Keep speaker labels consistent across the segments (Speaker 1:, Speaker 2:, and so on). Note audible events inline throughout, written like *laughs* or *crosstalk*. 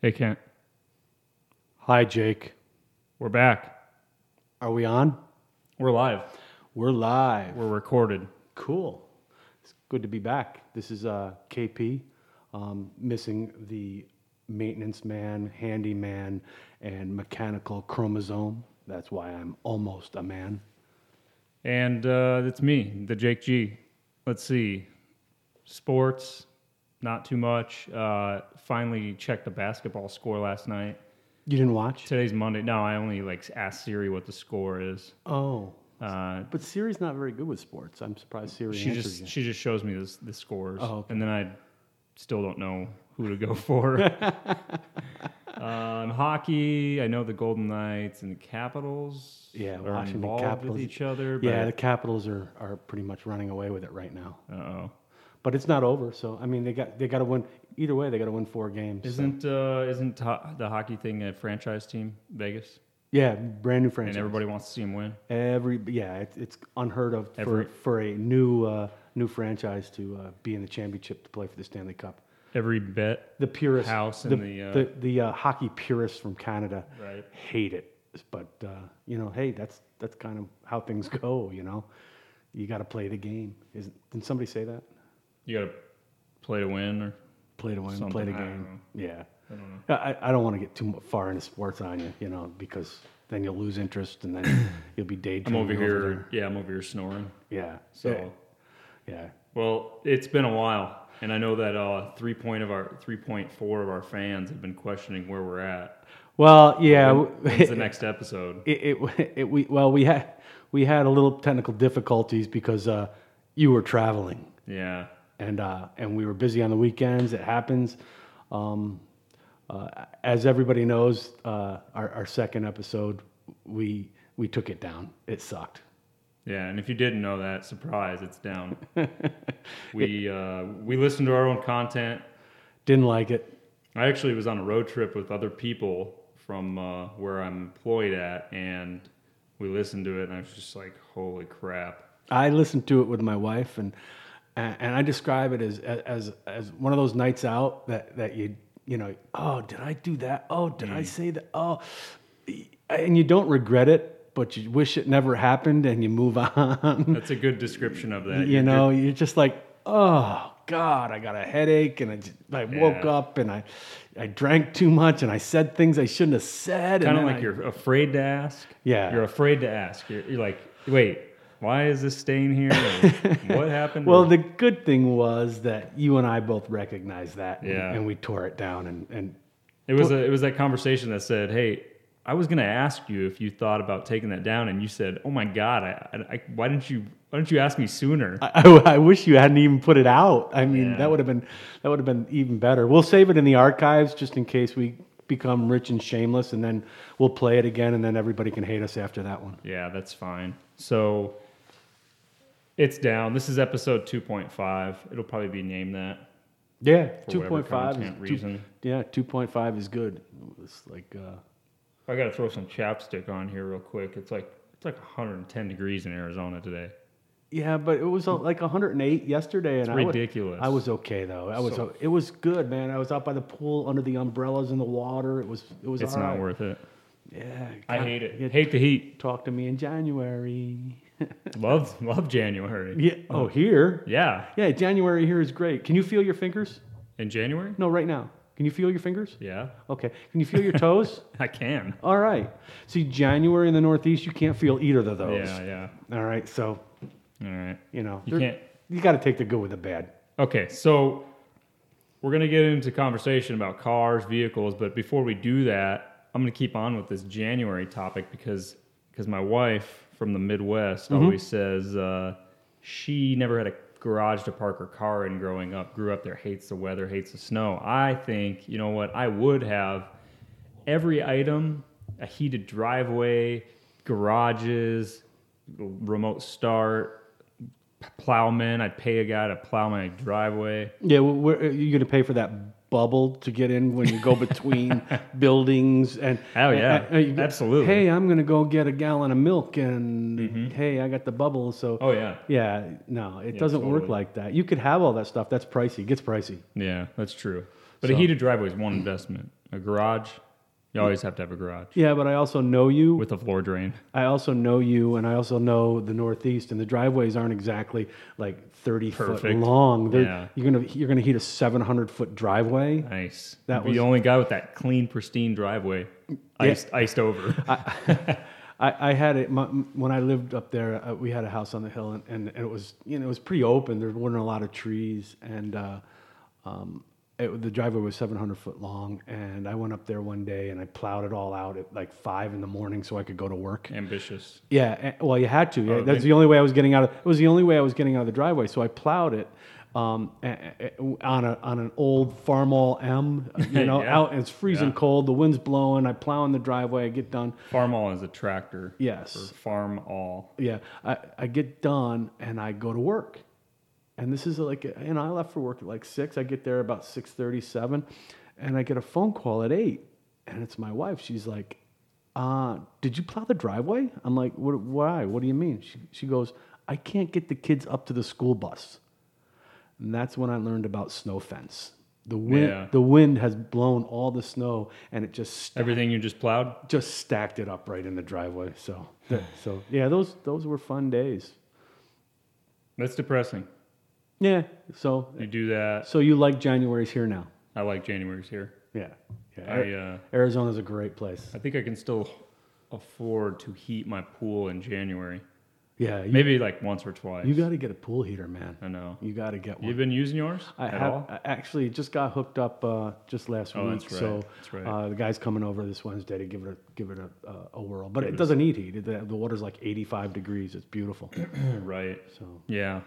Speaker 1: Hey, Kent,
Speaker 2: Hi, Jake.
Speaker 1: we're back.
Speaker 2: Are we on?
Speaker 1: We're live.
Speaker 2: We're live.
Speaker 1: We're recorded.
Speaker 2: Cool. It's good to be back. This is uh, KP, um, missing the maintenance man, handyman, and mechanical chromosome. That's why I'm almost a man.
Speaker 1: And uh, it's me, the Jake G. Let's see. Sports, not too much. Uh, finally checked the basketball score last night.
Speaker 2: You didn't watch?
Speaker 1: Today's Monday. No, I only like asked Siri what the score is.
Speaker 2: Oh,
Speaker 1: Uh,
Speaker 2: but Siri's not very good with sports. I'm surprised Siri
Speaker 1: she
Speaker 2: answers
Speaker 1: just
Speaker 2: you.
Speaker 1: she just shows me this, the scores,
Speaker 2: Oh, okay.
Speaker 1: and then I still don't know who to go *laughs* for.
Speaker 2: *laughs*
Speaker 1: um, hockey. I know the Golden Knights and the Capitals.
Speaker 2: Yeah,
Speaker 1: are
Speaker 2: Washington
Speaker 1: involved
Speaker 2: Capitals.
Speaker 1: with each other. But
Speaker 2: Yeah, the Capitals are, are pretty much running away with it right now. *laughs*
Speaker 1: Uh-oh.
Speaker 2: But it's not over. So I mean, they got they got to win either way. They got to win four games.
Speaker 1: Isn't uh, isn't ho- the hockey thing a franchise team, Vegas,
Speaker 2: Yeah, brand new franchise.
Speaker 1: and everybody wants to see him win?
Speaker 2: Every yeah, it, it's unheard of
Speaker 1: Every-
Speaker 2: for, for a new uh, new franchise to uh, be in the championship to play for the Stanley Cup.
Speaker 1: Every bet,
Speaker 2: The purists,
Speaker 1: House
Speaker 2: the
Speaker 1: and the, uh,
Speaker 2: the, the, uh, hockey purists from Canada
Speaker 1: Right.
Speaker 2: hate it. But uh, you know, hey, that's that's kind of how things go. You know, you got to play the game. Is didn't somebody say that?
Speaker 1: you got to play to win, or
Speaker 2: Play to win, play
Speaker 1: Something,
Speaker 2: the
Speaker 1: I don't
Speaker 2: game. Yeah,
Speaker 1: I don't know.
Speaker 2: I, I don't want to get too mu- far into sports on you. You know, because then you'll lose interest
Speaker 1: *coughs*
Speaker 2: and then you'll be
Speaker 1: I'm
Speaker 2: daydreaming.
Speaker 1: over
Speaker 2: there.
Speaker 1: here. Yeah, I'm over here snoring.
Speaker 2: Yeah.
Speaker 1: So,
Speaker 2: yeah.
Speaker 1: well, it's been a while, and I know that uh, three point of our three point four of our fans have been questioning where we're at.
Speaker 2: Well, yeah. w-
Speaker 1: When's
Speaker 2: *laughs*
Speaker 1: the next episode?
Speaker 2: It, it, it, we, well, we had we had a little technical difficulties because uh, you were traveling
Speaker 1: Yeah,
Speaker 2: and uh, and we were busy on the weekends. It happens. Um, uh, as everybody knows, uh, our, our second episode, we we took it down. It sucked.
Speaker 1: yeah. And if you didn't know that, surprise, it's
Speaker 2: *laughs*
Speaker 1: down. we uh, we listen to our own content.
Speaker 2: Didn't like it.
Speaker 1: I actually was on a road trip with other people from uh, where I'm employed at, and we listened to it, and I was just like, "Holy crap!"
Speaker 2: I listened to it with my wife, and and and I describe it as as as one of those nights out that that you you know oh did I do that oh did
Speaker 1: Mm.
Speaker 2: I say that oh and you don't regret it but you wish it never happened and you move *laughs* on
Speaker 1: That's a good description of that.
Speaker 2: you know you're just like oh god I got a headache and I just, I woke
Speaker 1: Yeah.
Speaker 2: up and I I drank too much and I said things I shouldn't have said and
Speaker 1: kind of
Speaker 2: then
Speaker 1: like
Speaker 2: I-
Speaker 1: you're afraid to ask.
Speaker 2: Yeah.
Speaker 1: you're afraid to ask. You're, you're like, "Wait, why is this stain here?
Speaker 2: *laughs*
Speaker 1: Or, what happened?"
Speaker 2: Well,
Speaker 1: Or-
Speaker 2: the good thing was that you and I both recognized that, and-
Speaker 1: Yeah.
Speaker 2: and, we tore it down. And, and
Speaker 1: it was a, it was that conversation that said, "Hey." I was gonna ask you if you thought about taking that down, and you said, "Oh my God, I, I, I- why didn't you why didn't you ask me sooner?"
Speaker 2: I, I wish you hadn't even put it out. I mean,
Speaker 1: Yeah.
Speaker 2: that would have been that would have been even better. We'll save it in the archives just in case we become rich and shameless, and then we'll play it again, and then everybody can hate us after that one.
Speaker 1: Yeah, that's fine. So it's down. This is episode 2.5. It'll probably be named that.
Speaker 2: Yeah, two
Speaker 1: whatever
Speaker 2: point five. Is
Speaker 1: content
Speaker 2: two-
Speaker 1: reason.
Speaker 2: yeah, two point five is good. It's like uh,
Speaker 1: I got to throw some chapstick on here real quick. It's like it's like 110 degrees in Arizona today.
Speaker 2: yeah, but it was uh, like 108 yesterday, and I would-
Speaker 1: Ridiculous.
Speaker 2: I was okay though. I was. uh,
Speaker 1: So-
Speaker 2: it was good, man. I was out by the pool under the umbrellas in the water. It was. It was.
Speaker 1: It's
Speaker 2: all
Speaker 1: not
Speaker 2: right.
Speaker 1: worth it.
Speaker 2: Yeah.
Speaker 1: I
Speaker 2: kinda-
Speaker 1: hate it.
Speaker 2: you
Speaker 1: Hate the heat.
Speaker 2: Talk to me in January.
Speaker 1: Love love January.
Speaker 2: yeah. Oh, here.
Speaker 1: Yeah.
Speaker 2: Yeah, January here is great. Can you feel your fingers?
Speaker 1: In January?
Speaker 2: No, right now. Can you feel your fingers?
Speaker 1: Yeah.
Speaker 2: Okay. Can you feel your toes?
Speaker 1: *laughs* I can.
Speaker 2: All right. See, January in the Northeast, you can't feel either of those.
Speaker 1: Yeah, yeah.
Speaker 2: All right. So
Speaker 1: All right.
Speaker 2: you know
Speaker 1: You
Speaker 2: they're-
Speaker 1: can't
Speaker 2: You got to take the good with the bad.
Speaker 1: Okay, so we're going to get into conversation about cars, vehicles, but before we do that, I'm going to keep on with this January topic because because my wife from the Midwest always says uh, she never had a garage to park her car in growing up, grew up there, hates the weather, hates the snow. I think, you know what, I would have every item a heated driveway, garages, remote start, plowman. I'd pay a guy to plow my driveway.
Speaker 2: Yeah, well, where, are you going to pay for that bubble to get in when you go
Speaker 1: *laughs*
Speaker 2: between buildings? And
Speaker 1: Oh, yeah.
Speaker 2: and- and you go,
Speaker 1: Absolutely. Mm-hmm.
Speaker 2: Hey, I'm going to go get a gallon of milk, and hey, I got the bubble. So
Speaker 1: Oh yeah,
Speaker 2: yeah, no, it doesn't work
Speaker 1: totally.
Speaker 2: like that. You could have all that stuff. That's pricey. It gets pricey.
Speaker 1: yeah, that's true. But a
Speaker 2: So-
Speaker 1: heated driveway is one investment. A garage, you always have to have a garage
Speaker 2: Yeah, but I also know you.
Speaker 1: with a floor drain.
Speaker 2: I also know you, and I also know the Northeast, and the driveways aren't exactly like thirty foot
Speaker 1: Perfect.
Speaker 2: long. They're-
Speaker 1: Yeah.
Speaker 2: You're gonna you're gonna heat a seven hundred foot driveway.
Speaker 1: Nice.
Speaker 2: That
Speaker 1: That was
Speaker 2: was-
Speaker 1: the only guy with that clean, pristine driveway, iced, iced
Speaker 2: *laughs*
Speaker 1: over.
Speaker 2: I, I had it my, when I lived up there. Uh, we had a house on the hill, and, and it was you know it was pretty open. There weren't a lot of trees, and uh, um, it, the driveway was 700 foot long. And I went up there one day and I plowed it all out at like five in the morning so I could go to work.
Speaker 1: Ambitious.
Speaker 2: Yeah, eh, well, you had to. Yeah,
Speaker 1: Oh,
Speaker 2: that's
Speaker 1: they-
Speaker 2: the only way I was getting out of. It was the only way I was getting out of the driveway. So I plowed it um, eh, eh, on a on an old Farmall M. uh,
Speaker 1: *laughs*
Speaker 2: You know,
Speaker 1: Yeah.
Speaker 2: out and it's freezing
Speaker 1: Yeah.
Speaker 2: cold. The wind's blowing. I plow in the driveway. I get done.
Speaker 1: Farm all is a tractor.
Speaker 2: Yes.
Speaker 1: For farm all.
Speaker 2: Yeah, I, I get done and I go to work, and this is like you know I left for work at like six. I get there about six thirty seven, and I get a phone call at eight, and it's my wife. She's like, uh, "Did you plow the driveway?" I'm like, what, "Why? What do you mean?" She she goes, "I can't get the kids up to the school bus," and that's when I learned about snow fence. The wind
Speaker 1: Yeah.
Speaker 2: the wind has blown all the snow, and it just st-
Speaker 1: Everything you just plowed.
Speaker 2: just stacked it up right in the driveway. So so yeah, those those were fun days.
Speaker 1: That's depressing.
Speaker 2: Yeah. So
Speaker 1: You do that.
Speaker 2: so you like January's here now?
Speaker 1: I like January's here.
Speaker 2: Yeah. Yeah.
Speaker 1: I uh,
Speaker 2: Arizona's a great place.
Speaker 1: I think I can still afford to heat my pool in January.
Speaker 2: Yeah. You,
Speaker 1: Maybe like once or twice.
Speaker 2: you got to get a pool heater, man.
Speaker 1: I know.
Speaker 2: You got to get one.
Speaker 1: You've been using yours
Speaker 2: I
Speaker 1: at
Speaker 2: have
Speaker 1: all?
Speaker 2: I actually just got hooked up uh, just last
Speaker 1: Oh,
Speaker 2: week.
Speaker 1: that's right.
Speaker 2: So
Speaker 1: That's right.
Speaker 2: Uh, the guy's coming over this Wednesday to give it a give it a, uh, a whirl. But it doesn't need heat. The, the water's like 85 degrees. It's beautiful.
Speaker 1: Right.
Speaker 2: So
Speaker 1: Yeah.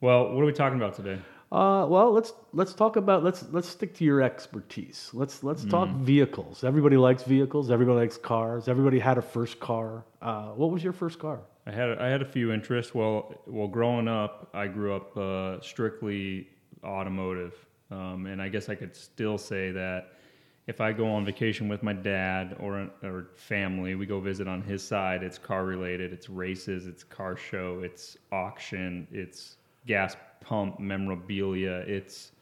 Speaker 1: Well, what are we talking about today?
Speaker 2: Uh, well, let's let's talk about let's let's stick to your expertise. Let's let's talk
Speaker 1: Mm.
Speaker 2: vehicles. Everybody likes vehicles. Everybody likes cars. Everybody had a first car. Uh, what was your first car?
Speaker 1: I had I had a few interests. Well, well, growing up, I grew up uh, strictly automotive, um, and I guess I could still say that if I go on vacation with my dad or or family, we go visit on his side. It's car related. It's races. It's car show. It's auction. It's gas pump memorabilia. It's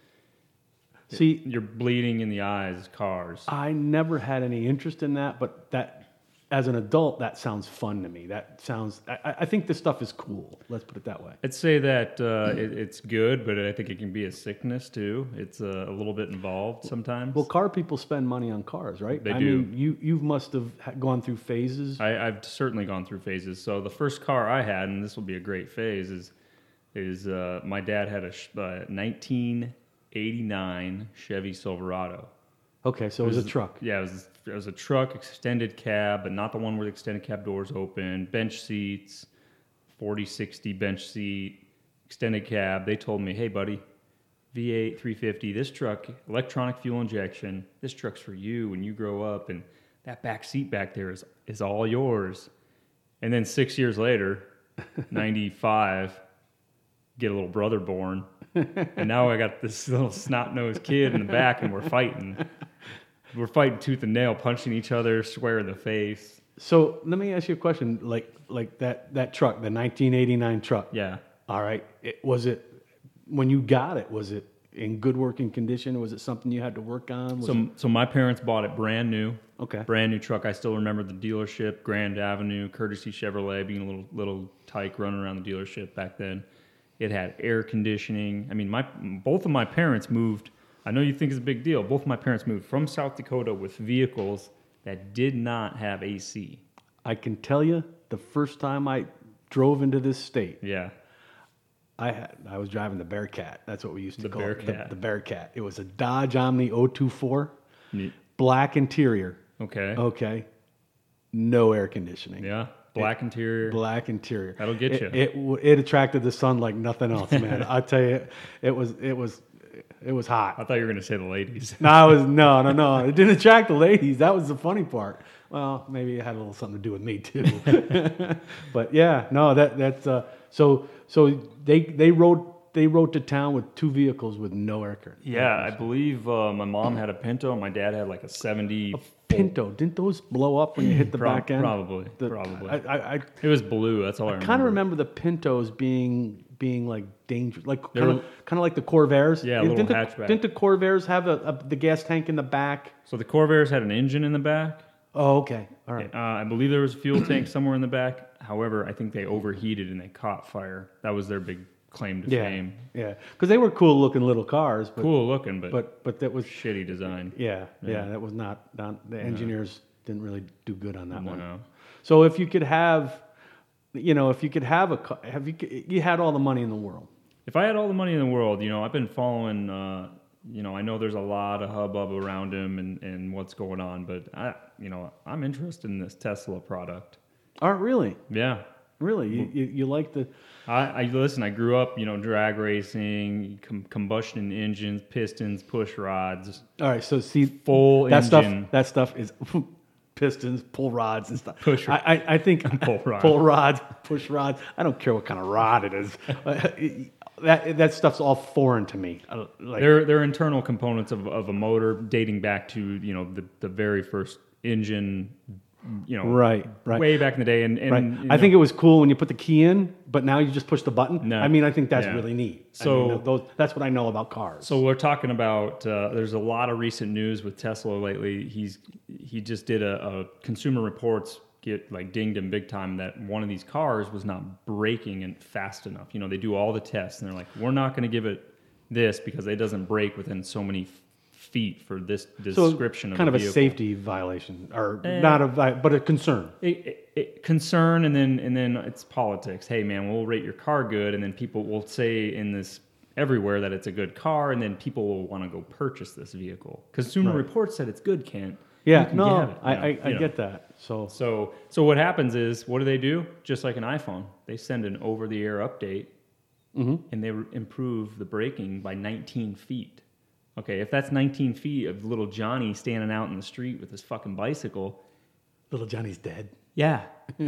Speaker 2: See,
Speaker 1: you're bleeding in the eyes. Cars.
Speaker 2: I never had any interest in that, but that as an adult, that sounds fun to me. That sounds. I, I- I think this stuff is cool. Let's put it that way.
Speaker 1: I'd say that
Speaker 2: Hmm.
Speaker 1: uh, it, it's good, but I think it can be a sickness too. It's uh, a, a little bit involved sometimes.
Speaker 2: Well, car people spend money on cars, right?
Speaker 1: They
Speaker 2: I
Speaker 1: do.
Speaker 2: mean, you you must have ha- gone through phases.
Speaker 1: I, I've certainly gone through phases. So the first car I had, and this will be a great phase, is is uh, my dad had a sh- uh, 1989 Chevy Silverado.
Speaker 2: Okay, so it was a truck.
Speaker 1: Yeah, it was it was a truck extended cab, but not the one where the extended cab doors open. Bench seats, 40, 60 bench seat, extended cab. They told me, hey buddy, V8 350. This truck, electronic fuel injection. This truck's for you when you grow up, and that back seat back there is is all yours. And then six years later, 95, get a little brother born. and now I got this little snot nosed kid in the back, and we're fighting. We're fighting tooth and nail, punching each other, square in the face.
Speaker 2: So let me ask you a question. Like like that that truck, the 1989 truck.
Speaker 1: Yeah.
Speaker 2: All right. It, was it when you got it? Was it in good working condition? Was it something you had to work on? Was it,
Speaker 1: So, so my parents bought it brand new.
Speaker 2: okay.
Speaker 1: Brand new truck. I still remember the dealership, Grand Avenue, courtesy Chevrolet, being a little little tyke running around the dealership back then. It had air conditioning. I mean, my both of my parents moved. I know you think it's a big deal. Both of my parents moved from South Dakota with vehicles that did not have AC.
Speaker 2: I can tell you, the first time I drove into this state,
Speaker 1: Yeah,
Speaker 2: I had I was driving the Bearcat. That's what we used to
Speaker 1: The
Speaker 2: call it.
Speaker 1: Bearcat.
Speaker 2: The, the Bearcat. It was a Dodge Omni 024,
Speaker 1: Neat.
Speaker 2: black interior.
Speaker 1: Okay.
Speaker 2: Okay. No air conditioning.
Speaker 1: Yeah. Black interior.
Speaker 2: black interior.
Speaker 1: That'll get
Speaker 2: it,
Speaker 1: ya.
Speaker 2: It w- it attracted the sun like nothing
Speaker 1: *laughs*
Speaker 2: else, man. I tell you, it was it was it was
Speaker 1: I
Speaker 2: hot.
Speaker 1: thought you were gonna say the ladies. *laughs*
Speaker 2: No, I was no no no. It didn't attract the ladies. That was the funny part. Well, maybe it had a little something to do with me too. *laughs* but yeah, no, that that's uh, so so they they rode they rode to town with two vehicles with no air current.
Speaker 1: Yeah, I believe uh, my mom had a Pinto. and My dad had like a seventy.
Speaker 2: Pinto, didn't those blow up when you hit the
Speaker 1: Prob-
Speaker 2: back end?
Speaker 1: probably,
Speaker 2: The-
Speaker 1: probably.
Speaker 2: I, I, I
Speaker 1: It was blue. That's all I,
Speaker 2: kind
Speaker 1: remember.
Speaker 2: of remember the Pintos being being like dangerous, like
Speaker 1: They're-
Speaker 2: kind of kind of like the Corvairs.
Speaker 1: Yeah, a little
Speaker 2: didn't the,
Speaker 1: hatchback.
Speaker 2: Didn't the Corvairs have a, a the gas tank in the back?
Speaker 1: So the Corvairs had an engine in the back.
Speaker 2: Oh, okay, all right.
Speaker 1: Uh, I believe there was a
Speaker 2: *clears throat*
Speaker 1: fuel tank somewhere in the back. However, I think they overheated and they caught fire. That was their big claim to
Speaker 2: Yeah,
Speaker 1: fame.
Speaker 2: yeah, because they were cool looking little cars, but
Speaker 1: Cool looking, but,
Speaker 2: but but that was
Speaker 1: shitty design.
Speaker 2: yeah, yeah, that was not, not the engineers didn't really do good on that one.
Speaker 1: No.
Speaker 2: So if you could have, you know, if you could have a, ca- have you you had all the money in the world.
Speaker 1: If I had all the money in the world, you know, I've been following. Uh, you know, I know there's a lot of hubbub around him and, and what's going on, but I, you know, I'm interested in this Tesla product.
Speaker 2: Aren't Oh, really,
Speaker 1: Yeah,
Speaker 2: really. You, you, you like the
Speaker 1: I, I listen. I grew up, you know, drag racing, com- combustion engines, pistons, push rods,
Speaker 2: all right. So see
Speaker 1: full
Speaker 2: that
Speaker 1: engine.
Speaker 2: stuff. That stuff is *laughs* pistons, pull rods, and stuff.
Speaker 1: Push
Speaker 2: I, I, I think
Speaker 1: *laughs* Pull rod.
Speaker 2: pull rods, push rods. I don't care what kind of rod it is.
Speaker 1: *laughs*
Speaker 2: that that stuff's all foreign to me. I don't- Like
Speaker 1: They're they're internal components of, of a motor dating back to you know the, the very first engine, you know,
Speaker 2: right, right.
Speaker 1: way back in the day. And, and
Speaker 2: Right.
Speaker 1: you
Speaker 2: I
Speaker 1: know,
Speaker 2: think it was cool when you put the key in, but now you just push the button.
Speaker 1: No.
Speaker 2: I mean, I think that's
Speaker 1: Yeah.
Speaker 2: really neat. I
Speaker 1: So-
Speaker 2: mean, those, that's what I know about cars.
Speaker 1: So we're talking about uh, there's a lot of recent news with Tesla lately. He's he just did a, a Consumer Reports get like dinged him big time that one of these cars was not braking and fast enough. You know they do all the tests and they're like we're not going to give it this because it doesn't brake within so many f- feet for this
Speaker 2: So
Speaker 1: description
Speaker 2: kind
Speaker 1: of,
Speaker 2: of
Speaker 1: the
Speaker 2: a
Speaker 1: vehicle. Eh.
Speaker 2: safety violation, or not a vi- but a concern.
Speaker 1: it, it, it, concern and then and then it's politics. Hey man, we'll rate your car good, and then people will say in this everywhere that it's a good car, and then people will want to go purchase this vehicle. Consumer Reports said it's good, Kent. You
Speaker 2: Yeah,
Speaker 1: can
Speaker 2: no,
Speaker 1: have it,
Speaker 2: I,
Speaker 1: you know,
Speaker 2: I,
Speaker 1: you
Speaker 2: I
Speaker 1: know.
Speaker 2: get that. So
Speaker 1: So so what happens is, what do they do? Just like an iPhone, they send an over-the-air update,
Speaker 2: Mm-hmm.
Speaker 1: and they re- improve the braking by 19 feet. Okay, if that's 19 feet of little Johnny standing out in the street with his fucking bicycle,
Speaker 2: little Johnny's dead.
Speaker 1: yeah,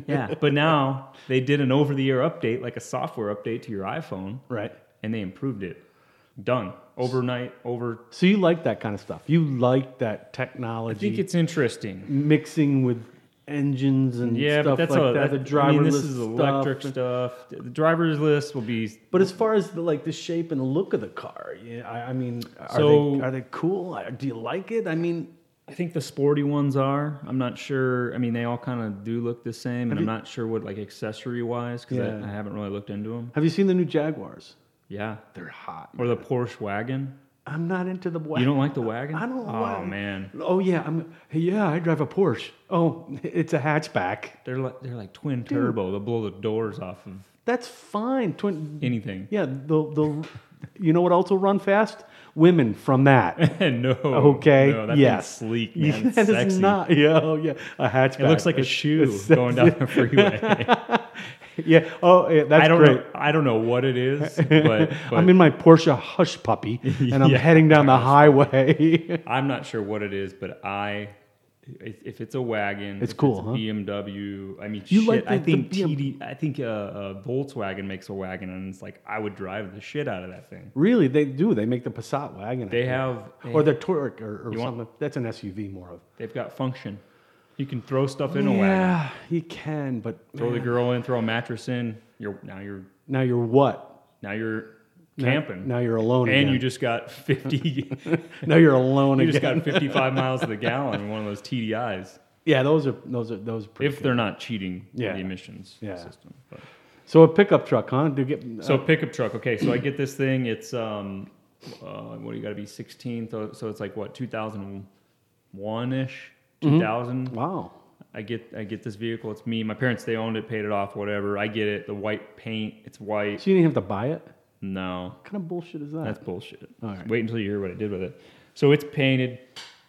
Speaker 1: yeah. but now they did an over the air update, like a software update to your iPhone,
Speaker 2: Right.
Speaker 1: and they improved it. Done. Overnight, over.
Speaker 2: So you like that kind of stuff. You like that
Speaker 1: I think
Speaker 2: technology
Speaker 1: it's interesting.
Speaker 2: mixing with engines and
Speaker 1: Yeah,
Speaker 2: Mm, stuff
Speaker 1: but that's
Speaker 2: like
Speaker 1: a,
Speaker 2: that.
Speaker 1: that-
Speaker 2: the driverless
Speaker 1: I mean, this is
Speaker 2: stuff.
Speaker 1: electric stuff. The driver's list will be.
Speaker 2: But as far as the, like the shape and the look of the car, yeah, I, I mean, are
Speaker 1: So-
Speaker 2: they are they cool? Are- Do you like it? I mean,
Speaker 1: I think the sporty ones are. I'm not sure. I mean, they all kind of do look the same, and I'm not sure what like accessory wise because
Speaker 2: Yeah.
Speaker 1: I, I haven't really looked into them.
Speaker 2: have you seen the new Jaguars?
Speaker 1: Yeah,
Speaker 2: They're hot.
Speaker 1: or the Porsche wagon.
Speaker 2: I'm not into the wagon.
Speaker 1: You don't like the wagon?
Speaker 2: I don't.
Speaker 1: Oh
Speaker 2: want-
Speaker 1: man,
Speaker 2: Oh yeah, I'm. hey, Yeah, I drive a Porsche. Oh, it's a hatchback.
Speaker 1: they're like they're like twin turbo. They'll blow the doors off of
Speaker 2: That's fine. Twin.
Speaker 1: anything. *laughs*
Speaker 2: Yeah, the the. You know what else will run fast? Women from
Speaker 1: *laughs*
Speaker 2: that.
Speaker 1: no.
Speaker 2: Okay.
Speaker 1: No, that
Speaker 2: yes.
Speaker 1: thing's
Speaker 2: *laughs*
Speaker 1: sleek, man. It's
Speaker 2: That is
Speaker 1: sexy.
Speaker 2: not. *laughs* Yeah. Oh yeah. A hatchback.
Speaker 1: it looks like a
Speaker 2: It's-
Speaker 1: shoe
Speaker 2: *laughs* it's
Speaker 1: *laughs*
Speaker 2: sexy.
Speaker 1: going down the freeway.
Speaker 2: Yeah. Oh, yeah,
Speaker 1: *laughs*
Speaker 2: that's
Speaker 1: I don't
Speaker 2: great.
Speaker 1: know. I don't know what it
Speaker 2: *laughs*
Speaker 1: is, but, but
Speaker 2: I'm in my Porsche
Speaker 1: *laughs*
Speaker 2: hush puppy, and I'm
Speaker 1: Yeah.
Speaker 2: heading down
Speaker 1: *laughs*
Speaker 2: the highway. *laughs*
Speaker 1: I'm not sure what it is. But I, if if it's a wagon,
Speaker 2: It's
Speaker 1: if
Speaker 2: cool,
Speaker 1: a
Speaker 2: huh?
Speaker 1: BMW. I mean,
Speaker 2: You
Speaker 1: shit.
Speaker 2: like
Speaker 1: I
Speaker 2: the- the
Speaker 1: think
Speaker 2: BM
Speaker 1: TD. I think uh, uh, Volkswagen makes a wagon, and it's like I would drive the shit out of that thing.
Speaker 2: really, they do. They make the Passat wagon. I
Speaker 1: They
Speaker 2: think.
Speaker 1: have. They,
Speaker 2: or the Touareg or, or
Speaker 1: You want-
Speaker 2: something. That's an SUV more of.
Speaker 1: they've got function. You can throw stuff in a wagon.
Speaker 2: Yeah, you can, but
Speaker 1: Throw the
Speaker 2: man,
Speaker 1: girl in. Throw a mattress in. You're now you're
Speaker 2: now you're what?
Speaker 1: now you're
Speaker 2: Now-
Speaker 1: camping.
Speaker 2: Now, you're alone
Speaker 1: and
Speaker 2: again.
Speaker 1: you just got *laughs*
Speaker 2: *laughs*
Speaker 1: 50 you
Speaker 2: now you're alone
Speaker 1: just
Speaker 2: again.
Speaker 1: got 55 miles
Speaker 2: *laughs*
Speaker 1: to the gallon in one of those tdis
Speaker 2: yeah, those are those are those. Are pretty
Speaker 1: if they're not cheating
Speaker 2: Yeah.
Speaker 1: the emissions
Speaker 2: Yeah.
Speaker 1: system but.
Speaker 2: good. so a pickup truck, huh? Do you get uh,
Speaker 1: so pickup truck okay so i get this thing it's um uh, what do you got to be 16 so, so it's like what 2001ish 2000
Speaker 2: Mm-hmm. wow.
Speaker 1: i get i get this vehicle it's me my parents they owned it paid it off whatever i get it the white paint it's white
Speaker 2: So you didn't have to buy it. What
Speaker 1: no
Speaker 2: kind of bullshit is that?
Speaker 1: That's bullshit.
Speaker 2: All right.
Speaker 1: Wait until you hear what I did with it. So it's painted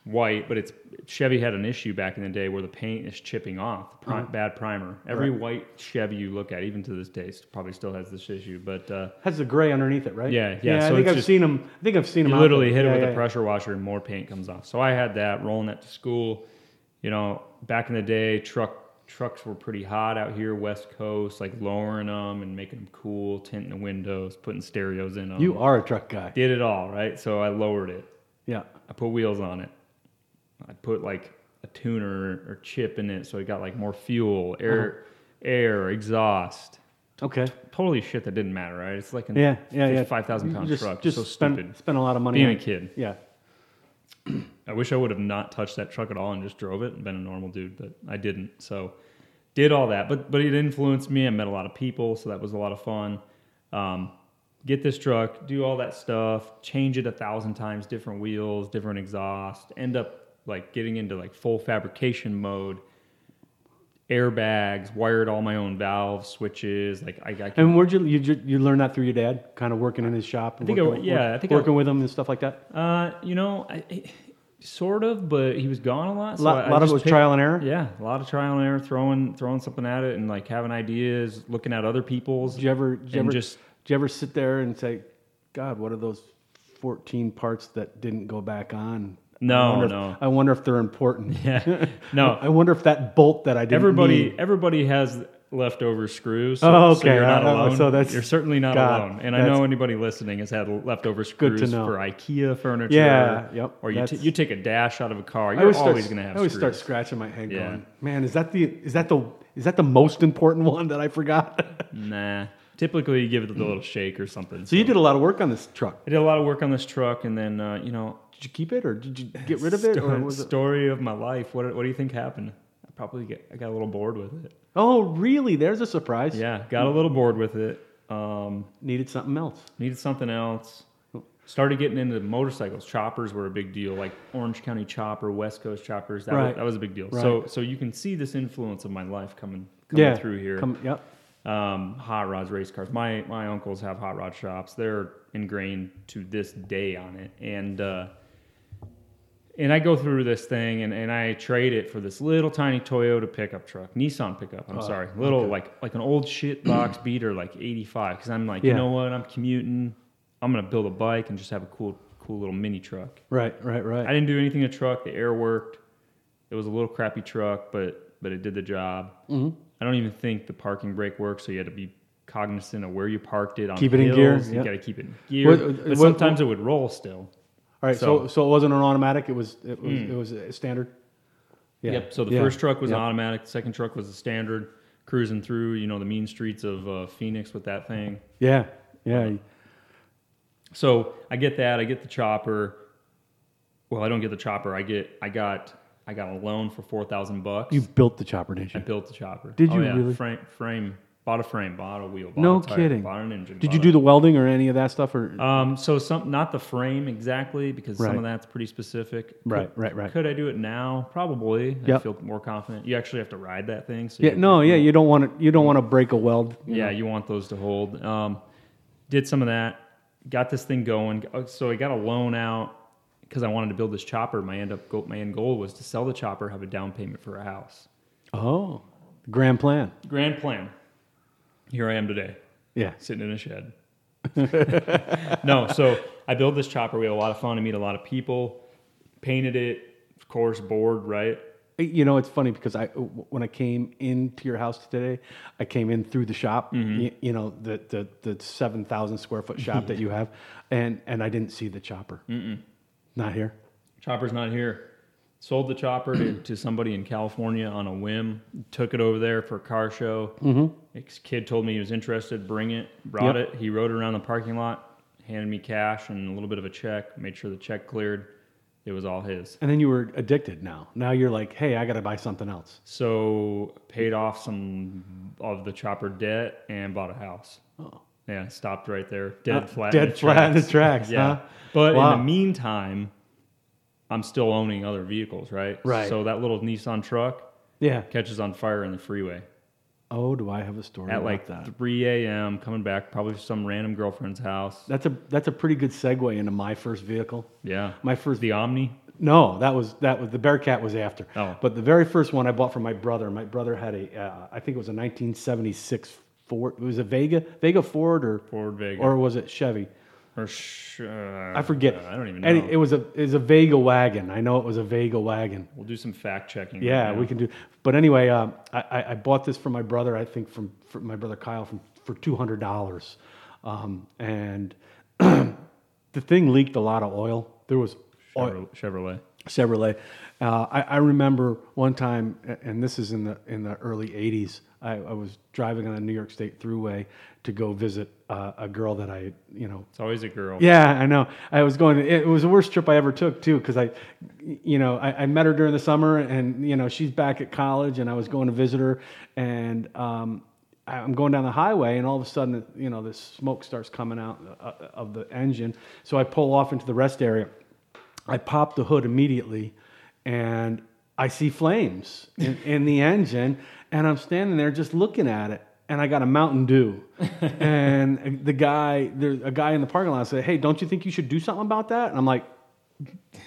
Speaker 1: white, but it's Chevy had an issue back in the day where the paint is chipping off. Pri-
Speaker 2: Uh-huh.
Speaker 1: Bad primer. Every white Chevy you look at, even to this day, st- probably still has this issue. But uh,
Speaker 2: Has the gray underneath it, right?
Speaker 1: Yeah, yeah,
Speaker 2: I
Speaker 1: so
Speaker 2: think
Speaker 1: it's
Speaker 2: I've
Speaker 1: just-
Speaker 2: seen them. I think I've seen them.
Speaker 1: you literally hit it with a pressure washer and more paint comes off. So I had that rolling that to school. You know, back in the day, truck trucks were pretty hot out here, West Coast, like lowering them and making them cool, tinting the windows, putting stereos in them.
Speaker 2: You are a truck guy.
Speaker 1: did it all right. So I lowered it.
Speaker 2: Yeah.
Speaker 1: I put wheels on it. I put like a
Speaker 2: Uh-huh.
Speaker 1: tuner or chip in it, so it got like more fuel, air, air, exhaust.
Speaker 2: Okay.
Speaker 1: Totally shit that didn't matter, right? It's like an
Speaker 2: Yeah, yeah, yeah.
Speaker 1: five thousand pound
Speaker 2: just,
Speaker 1: truck.
Speaker 2: Just
Speaker 1: so
Speaker 2: spend,
Speaker 1: stupid.
Speaker 2: spend a lot of money.
Speaker 1: Being
Speaker 2: on
Speaker 1: a
Speaker 2: it.
Speaker 1: kid,
Speaker 2: Yeah.
Speaker 1: I wish I would have not touched that truck at all and just drove it and been a normal dude, but I didn't. So did all that, but but it influenced me. I met a lot of people, so that was a lot of fun. Um, get this truck, do all that stuff, change it a thousand times, different wheels, different exhaust, end up like getting into like full fabrication mode. Airbags, wired all my own valves, switches. Like I, I
Speaker 2: And where'd you you ju- you learn that through your dad, kind of working in his shop? And
Speaker 1: think I-
Speaker 2: working,
Speaker 1: yeah, I think I-
Speaker 2: working with him and stuff like that.
Speaker 1: Uh, you know, I, I- sort of, but he was gone a lot.
Speaker 2: A
Speaker 1: so
Speaker 2: lot,
Speaker 1: I- I
Speaker 2: lot of
Speaker 1: just
Speaker 2: it was
Speaker 1: picked-
Speaker 2: trial and error.
Speaker 1: Yeah, a lot of trial and error, throwing throwing something at it, and like having ideas, looking at other people's.
Speaker 2: Did you ever, did you
Speaker 1: And
Speaker 2: ever
Speaker 1: just-
Speaker 2: did you ever sit there and say, God, what are those fourteen parts that didn't go back on?
Speaker 1: No,
Speaker 2: I wonder if-
Speaker 1: no.
Speaker 2: I wonder if they're important.
Speaker 1: *laughs* *laughs*
Speaker 2: *laughs*
Speaker 1: Yeah, no,
Speaker 2: I wonder if that bolt that I didn't.
Speaker 1: everybody
Speaker 2: need-
Speaker 1: everybody has leftover screws. So,
Speaker 2: Oh,
Speaker 1: so
Speaker 2: okay,
Speaker 1: you're not
Speaker 2: uh, uh,
Speaker 1: alone.
Speaker 2: so that's-
Speaker 1: you're certainly not
Speaker 2: God,
Speaker 1: alone. And I
Speaker 2: that's-
Speaker 1: know anybody listening has had leftover
Speaker 2: Good
Speaker 1: screws
Speaker 2: to know.
Speaker 1: for IKEA furniture.
Speaker 2: Yeah, yep,
Speaker 1: Or you t-
Speaker 2: that's-
Speaker 1: you take a dash out of a car.
Speaker 2: I
Speaker 1: You're always
Speaker 2: start-
Speaker 1: going to have.
Speaker 2: I always
Speaker 1: screws.
Speaker 2: start scratching my head,
Speaker 1: Yeah.
Speaker 2: going, "Man, is that the is that the is that the most important *laughs* one that I forgot?" *laughs*
Speaker 1: Nah. Typically, you give it
Speaker 2: *clears throat*
Speaker 1: a little shake or something.
Speaker 2: so you did a lot of work on this truck.
Speaker 1: I did a lot of work on this truck, and then uh, you know
Speaker 2: Did you keep it or did you get rid of it? Or
Speaker 1: Story,
Speaker 2: was it?
Speaker 1: story of my life. What what do you think happened? I probably get, I got a little bored with it.
Speaker 2: Oh, really? There's a surprise.
Speaker 1: Yeah, got a little bored with it. Um,
Speaker 2: Needed something else.
Speaker 1: needed something else. Started getting into motorcycles. Choppers were a big deal, like Orange County Chopper, West Coast Choppers. That, was,
Speaker 2: Right.
Speaker 1: that was a big deal.
Speaker 2: Right.
Speaker 1: So so you can see this influence of my life coming coming
Speaker 2: yeah.
Speaker 1: through here.
Speaker 2: Come, yep.
Speaker 1: um, hot rods race cars. My my uncles have hot rod shops. They're ingrained to this day on it, and uh, and I go through this thing and, and I trade it for this little tiny Toyota pickup truck, Nissan pickup. I'm sorry, little like like an old shit box *clears throat* beater, like '85. Because I'm like, you
Speaker 2: Yeah.
Speaker 1: know what? I'm commuting. I'm gonna build a bike and just have a cool cool little mini truck.
Speaker 2: Right. Right. Right.
Speaker 1: I didn't do anything to the truck. The air worked. It was a little crappy truck, but but it did the job. Mm-hmm. I don't even think the parking brake worked, so you had to be cognizant of where you parked it. On
Speaker 2: Keep it in gear,
Speaker 1: hills. You
Speaker 2: yeah.
Speaker 1: got to keep it in gear.
Speaker 2: What-
Speaker 1: but
Speaker 2: what-
Speaker 1: sometimes it would roll still.
Speaker 2: All right. So,
Speaker 1: So- Hmm.
Speaker 2: so it wasn't an automatic. It was it was it was a standard. Yeah.
Speaker 1: Yep. So the
Speaker 2: Yeah.
Speaker 1: first truck was
Speaker 2: Yep.
Speaker 1: an automatic. The second truck was a standard. Cruising through, you know, the mean streets of uh, Phoenix with that thing.
Speaker 2: Yeah. Yeah.
Speaker 1: So I get that. I get the chopper. Well, I don't get the chopper. I get. I got. I got a loan for four thousand bucks.
Speaker 2: You built the chopper, did
Speaker 1: I
Speaker 2: you?
Speaker 1: built the chopper.
Speaker 2: Did
Speaker 1: Oh,
Speaker 2: you
Speaker 1: yeah.
Speaker 2: really?
Speaker 1: Frame, frame, bought a frame, bought a wheel, bought
Speaker 2: No
Speaker 1: a tire,
Speaker 2: kidding.
Speaker 1: bought an engine.
Speaker 2: Did
Speaker 1: bought
Speaker 2: you
Speaker 1: a-
Speaker 2: do the welding or any of that stuff? Or
Speaker 1: Um, so some not the frame exactly because some
Speaker 2: Right.
Speaker 1: of that's pretty specific.
Speaker 2: Right, right, right.
Speaker 1: Could I do it now? Probably. I
Speaker 2: Yep.
Speaker 1: feel more confident. You actually have to ride that thing. So
Speaker 2: yeah.
Speaker 1: you-
Speaker 2: No. Yeah. You don't want to. You don't want to break a weld. you
Speaker 1: uh, yeah,
Speaker 2: know?
Speaker 1: you want those to hold. Um, did some of that, got this thing going. Uh, So I got a loan out because I wanted to build this chopper. My end up goal, my end goal was to sell the chopper, have a down payment for a house.
Speaker 2: Oh. Grand plan.
Speaker 1: Grand plan. Here I am today.
Speaker 2: Yeah.
Speaker 1: sitting in a shed. *laughs* no, so I built this chopper. We had a lot of fun. I meet a lot of people. Painted it, of course, bored, right?
Speaker 2: You know, it's funny because I when I came into your house today, I came in through the shop.
Speaker 1: Mm-hmm.
Speaker 2: You, you know, the the, the seven thousand square foot shop that you have, and and I didn't see the chopper. Mm-mm. Not here.
Speaker 1: Chopper's not here. Sold the chopper to, to somebody in California on a whim. Took it over there for a car show. This kid told me he was interested. Bring it. Brought
Speaker 2: Yep.
Speaker 1: it. He rode around the parking lot, handed me cash and a little bit of a check. Made sure the check cleared. It was all his.
Speaker 2: And then you were addicted. Now, now you're like, hey, I got to buy something else.
Speaker 1: So paid off some of the chopper debt and bought a house.
Speaker 2: Oh.
Speaker 1: Yeah, stopped right there, dead
Speaker 2: Uh,
Speaker 1: flat. in
Speaker 2: Dead
Speaker 1: its
Speaker 2: flat in
Speaker 1: tracks. *laughs*
Speaker 2: its tracks.
Speaker 1: Yeah,
Speaker 2: Huh?
Speaker 1: but in
Speaker 2: Wow.
Speaker 1: the meantime, I'm still owning other vehicles, right?
Speaker 2: Right.
Speaker 1: So that little Nissan truck
Speaker 2: Yeah.
Speaker 1: catches on fire in the freeway
Speaker 2: Oh, do I have a story
Speaker 1: at
Speaker 2: about
Speaker 1: like
Speaker 2: that?
Speaker 1: 3 a.m. Coming back, probably from some random girlfriend's house.
Speaker 2: That's a that's a pretty good segue into my first vehicle.
Speaker 1: Yeah,
Speaker 2: My first
Speaker 1: the Omni.
Speaker 2: no, that was that was the Bearcat was after.
Speaker 1: Oh.
Speaker 2: But the very first one I bought from my brother. My brother had a uh, I think it was a 1976 Ford. It was a Vega Vega Ford or
Speaker 1: Ford Vega.
Speaker 2: or was it Chevy?
Speaker 1: Or sh- uh,
Speaker 2: I forget.
Speaker 1: I don't even know.
Speaker 2: Any- it was a it was a Vega wagon. I know it was a Vega wagon.
Speaker 1: we'll do some fact checking.
Speaker 2: Yeah,
Speaker 1: right now.
Speaker 2: we can do. But anyway, um, I, I, I bought this from my brother. I think from, from my brother Kyle from for two hundred dollars, um, and *clears throat* the thing leaked a lot of oil. There was oil,
Speaker 1: Chevrolet. Chevrolet.
Speaker 2: Chevrolet. Uh, I, I remember one time, a- and this is in the in the early '80s. I- I, I was driving on the New York State Thruway to go visit uh, a girl that I, you know,
Speaker 1: It's always a girl.
Speaker 2: yeah, I know. I was going. It was the worst trip I ever took too, because I, you know, I, I met her during the summer, and you know, she's back at college, and I was going to visit her, and um, I- I'm going down the highway, and all of a sudden, you know, this smoke starts coming out uh, of the engine, so I pull off into the rest area. I pop the hood immediately, and I see flames in, in the engine, and I'm standing there just looking at it, and I got a Mountain Dew, and the guy, there's a guy in the parking lot said, "Hey, don't you think you should do something about that?" And I'm like,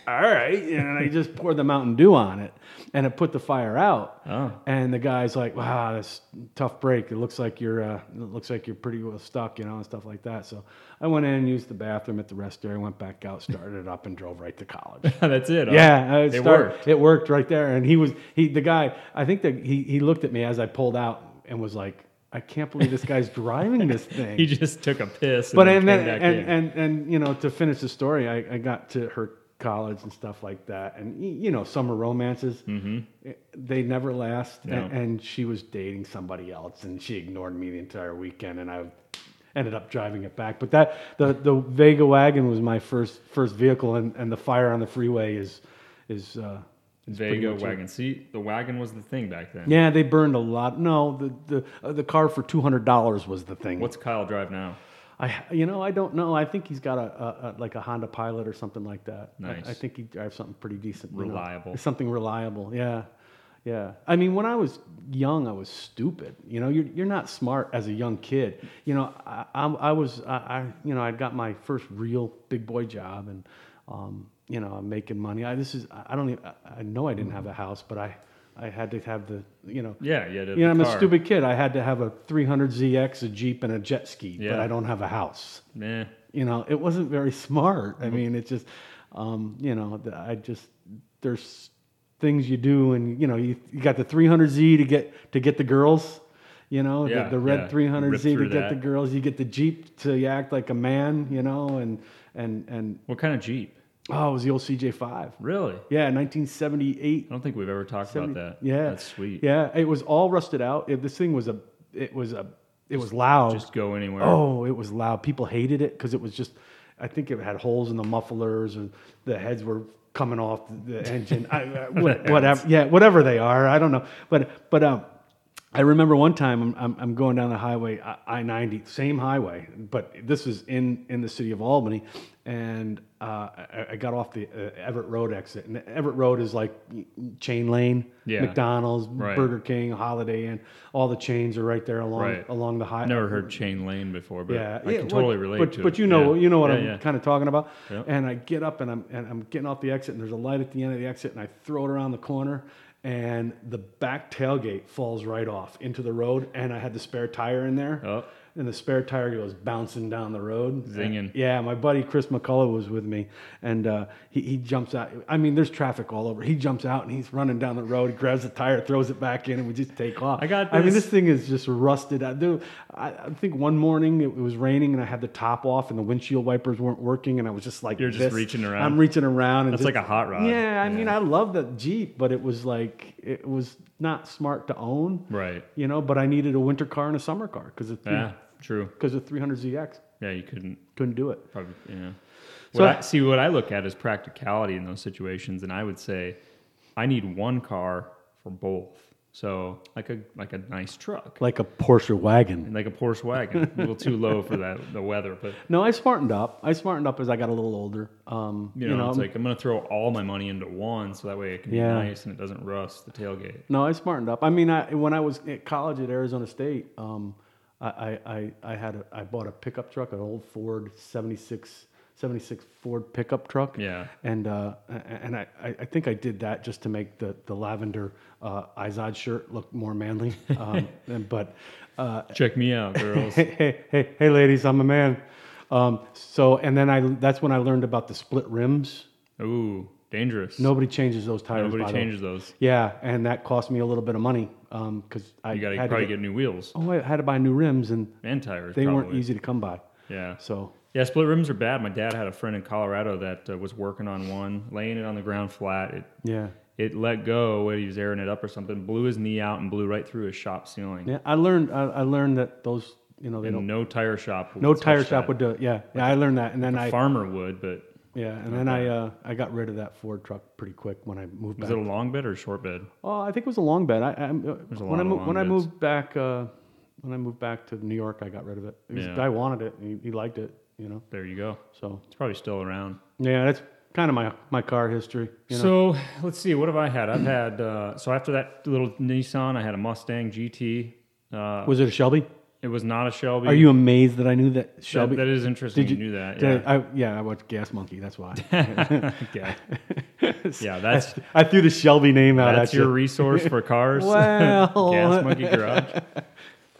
Speaker 2: "All right," and I just poured the Mountain Dew on it, and it put the fire out.
Speaker 1: Oh.
Speaker 2: And the guy's like, "Wow, that's a tough break. It looks like you're, uh, it looks like you're pretty well stuck, you know, and stuff like that." So I went in, used the bathroom at the rest area, went back out, started it up, and drove right to
Speaker 1: *laughs*
Speaker 2: college.
Speaker 1: That's it. huh?
Speaker 2: Yeah, I
Speaker 1: it
Speaker 2: start-
Speaker 1: worked.
Speaker 2: It worked right there, and he was he the guy. I think that he he looked at me as I pulled out and was like, "I can't believe this guy's driving
Speaker 1: *laughs*
Speaker 2: this thing."
Speaker 1: He just took a piss.
Speaker 2: but
Speaker 1: and
Speaker 2: and
Speaker 1: then came back
Speaker 2: then
Speaker 1: in.
Speaker 2: and, and and you know to finish the story, I, I got to her college and stuff like that, and y- you know summer romances eh, they never last. a-
Speaker 1: Mm-hmm. No.
Speaker 2: And, she was dating somebody else, and she ignored me the entire weekend, and I ended up driving it back. But that the the Vega wagon was my first first vehicle, and, and the fire on the freeway is is. Uh, is pretty
Speaker 1: Vega
Speaker 2: much it.
Speaker 1: wagon. See, the wagon was the thing back then.
Speaker 2: Yeah, they burned a lot. No, the the uh, the car for two hundred dollars was the thing.
Speaker 1: What's Kyle drive now?
Speaker 2: I you know I don't know. I think he's got a, a, a like a Honda Pilot or something like that. I-
Speaker 1: Nice.
Speaker 2: I, think he drives something pretty decent. you know.
Speaker 1: Reliable.
Speaker 2: Something reliable. Yeah, yeah. I mean, when I was young, I was stupid. You know, you're you're not smart as a young kid. You know, I I, I was I, I you know I got my first real big boy job and um you know I'm making money. I this is I I don't even, I- I know I didn't have a house, but I I had to have the you know
Speaker 1: Yeah, you had a
Speaker 2: you know, I'm
Speaker 1: car.
Speaker 2: a stupid kid. I had to have a 300ZX, a Jeep, and a jet ski, but
Speaker 1: Yeah.
Speaker 2: I don't have a house.
Speaker 1: Meh.
Speaker 2: You know, it wasn't very *laughs* smart.
Speaker 1: Mm-hmm.
Speaker 2: I mean, it's just, um, you know, th- I just there's things you do, and you know, you, you got the 300Z to get to get the girls. You know,
Speaker 1: Yeah,
Speaker 2: the, the red
Speaker 1: yeah.
Speaker 2: 300Z
Speaker 1: Rip
Speaker 2: to
Speaker 1: through
Speaker 2: get
Speaker 1: that.
Speaker 2: the girls. You get the Jeep to you act like a man. You know, and and and
Speaker 1: What kind of Jeep?
Speaker 2: oh, it was the old CJ5.
Speaker 1: Really?
Speaker 2: Yeah, 1978
Speaker 1: I don't think we've ever talked about
Speaker 2: Seventy-
Speaker 1: that.
Speaker 2: Yeah,
Speaker 1: That's sweet.
Speaker 2: Yeah, it was all rusted out. It, this thing was a, it was a, it was loud.
Speaker 1: Just go anywhere.
Speaker 2: oh, it was loud. People hated it because it was just, I think it had holes in the mufflers and the heads were coming off the engine.
Speaker 1: *laughs*
Speaker 2: I, I- what- whatever. Yeah, whatever they are. I don't know. But but um, I remember one time I'm I'm, I'm going down the highway I ninety, same highway, but this was in in the city of Albany, and uh, I, I got off the uh, Everett Road exit, and Everett Road is like chain lane,
Speaker 1: Yeah.
Speaker 2: McDonald's,
Speaker 1: Right.
Speaker 2: Burger King, Holiday Inn, all the chains are right there along
Speaker 1: Right.
Speaker 2: along the highway.
Speaker 1: I've never heard chain lane before, but
Speaker 2: Yeah,
Speaker 1: I can
Speaker 2: yeah, well,
Speaker 1: totally relate
Speaker 2: But
Speaker 1: to
Speaker 2: but
Speaker 1: it.
Speaker 2: you know
Speaker 1: Yeah.
Speaker 2: you know what
Speaker 1: Yeah,
Speaker 2: I'm
Speaker 1: yeah.
Speaker 2: kind of talking about.
Speaker 1: Yep.
Speaker 2: And I get up and I'm and I'm getting off the exit and there's a light at the end of the exit and I throw it around the corner and the back tailgate falls right off into the road and I had the spare tire in there.
Speaker 1: Oh.
Speaker 2: And the spare tire goes bouncing down the road,
Speaker 1: Zinging.
Speaker 2: Yeah, my buddy Chris McCullough was with me, and uh, he, he jumps out. I mean, there's traffic all over. He jumps out and he's running down the road, grabs the tire, throws it back in, and we just take off.
Speaker 1: I got
Speaker 2: I mean,
Speaker 1: this.
Speaker 2: this thing is just rusted. I do. I, I think one morning it, was raining and I had the top off and the windshield wipers weren't working and I was just like,
Speaker 1: You're just
Speaker 2: this.
Speaker 1: reaching around.
Speaker 2: I'm reaching around. And
Speaker 1: That's
Speaker 2: just-
Speaker 1: like a hot rod.
Speaker 2: Yeah, I mean,
Speaker 1: Yeah.
Speaker 2: I love the Jeep, but it was like it was not smart to own,
Speaker 1: Right.
Speaker 2: you know. But I needed a winter car and a summer car because of
Speaker 1: Yeah, true.
Speaker 2: because of 300ZX
Speaker 1: Yeah, you couldn't
Speaker 2: couldn't do it.
Speaker 1: probably yeah.
Speaker 2: So-
Speaker 1: what I, see what I look at is practicality in those situations, and I would say I need one car for both. So like a like a nice truck.
Speaker 2: Like a Porsche wagon.
Speaker 1: And like a Porsche wagon. a little too low for that the weather, but
Speaker 2: No, I smartened up. I smartened up as I got a little older. Um,
Speaker 1: you know, it's like I'm gonna throw all my money into one so that way it can
Speaker 2: Yeah.
Speaker 1: be nice and it doesn't rust the tailgate.
Speaker 2: No, I smartened up. I mean, I when I was at college at Arizona State, um, I, I, I, I had a, I bought a pickup truck, an old Ford 76, 76 Ford pickup truck.
Speaker 1: Yeah.
Speaker 2: And uh, a- and I, I I think I did that just to make the the lavender uh, Izod shirt look
Speaker 1: *laughs*
Speaker 2: more manly. Um, and- but uh,
Speaker 1: Check me out, girls.
Speaker 2: *laughs* hey, hey, hey, hey, ladies, I'm a man. Um, so and then I that's when I learned about the split rims.
Speaker 1: Ooh, dangerous.
Speaker 2: Nobody changes those tires. by
Speaker 1: Nobody
Speaker 2: the way.
Speaker 1: changes those.
Speaker 2: Yeah, and that cost me a little bit of money because I
Speaker 1: You gotta
Speaker 2: had
Speaker 1: probably
Speaker 2: to get,
Speaker 1: get new wheels
Speaker 2: oh, I had to buy new rims, and
Speaker 1: and tires.
Speaker 2: they weren't
Speaker 1: probably.
Speaker 2: easy to come by.
Speaker 1: Yeah.
Speaker 2: So
Speaker 1: Yeah, split rims are bad. My dad had a friend in Colorado that uh, was working on one, laying it on the ground flat. It
Speaker 2: yeah,
Speaker 1: it let go when he was airing it up or something, blew his knee out and blew right through his shop ceiling.
Speaker 2: Yeah, I learned. I, I learned that those, you know, they
Speaker 1: And
Speaker 2: don't.
Speaker 1: no tire shop. Would
Speaker 2: No tire
Speaker 1: touch
Speaker 2: shop
Speaker 1: that.
Speaker 2: would do it. Yeah, yeah, I learned that, and then
Speaker 1: A
Speaker 2: I
Speaker 1: farmer would, but
Speaker 2: yeah, and then I uh, I got rid of that Ford truck pretty quick when I moved
Speaker 1: was
Speaker 2: back.
Speaker 1: it a long bed or a short bed?
Speaker 2: oh, I think it was a long bed. I, I
Speaker 1: a
Speaker 2: when
Speaker 1: lot
Speaker 2: I
Speaker 1: of
Speaker 2: moved,
Speaker 1: long
Speaker 2: when I
Speaker 1: beds.
Speaker 2: moved back uh, when I moved back to New York, I got rid of it. It was-
Speaker 1: Yeah.
Speaker 2: I wanted it. and He, he liked it, you know.
Speaker 1: There you go.
Speaker 2: So
Speaker 1: It's probably still around.
Speaker 2: yeah, that's kind of my my car history. You know?
Speaker 1: So let's see. What have I had? I've had uh, so after that little Nissan, I had a Mustang GT. Uh,
Speaker 2: was it a Shelby?
Speaker 1: it was not a Shelby.
Speaker 2: Are you amazed that I knew that
Speaker 1: That-
Speaker 2: Shelby?
Speaker 1: that is interesting.
Speaker 2: Did
Speaker 1: you,
Speaker 2: you-
Speaker 1: knew that.
Speaker 2: Did
Speaker 1: Yeah.
Speaker 2: I, I, yeah, I watched Gas Monkey. That's why.
Speaker 1: okay. *laughs* Yeah, that's
Speaker 2: *laughs* I threw the Shelby name out
Speaker 1: that's
Speaker 2: at you.
Speaker 1: your resource for
Speaker 2: *laughs*
Speaker 1: cars. *laughs*
Speaker 2: Well.
Speaker 1: Gas Monkey
Speaker 2: *laughs*
Speaker 1: Garage.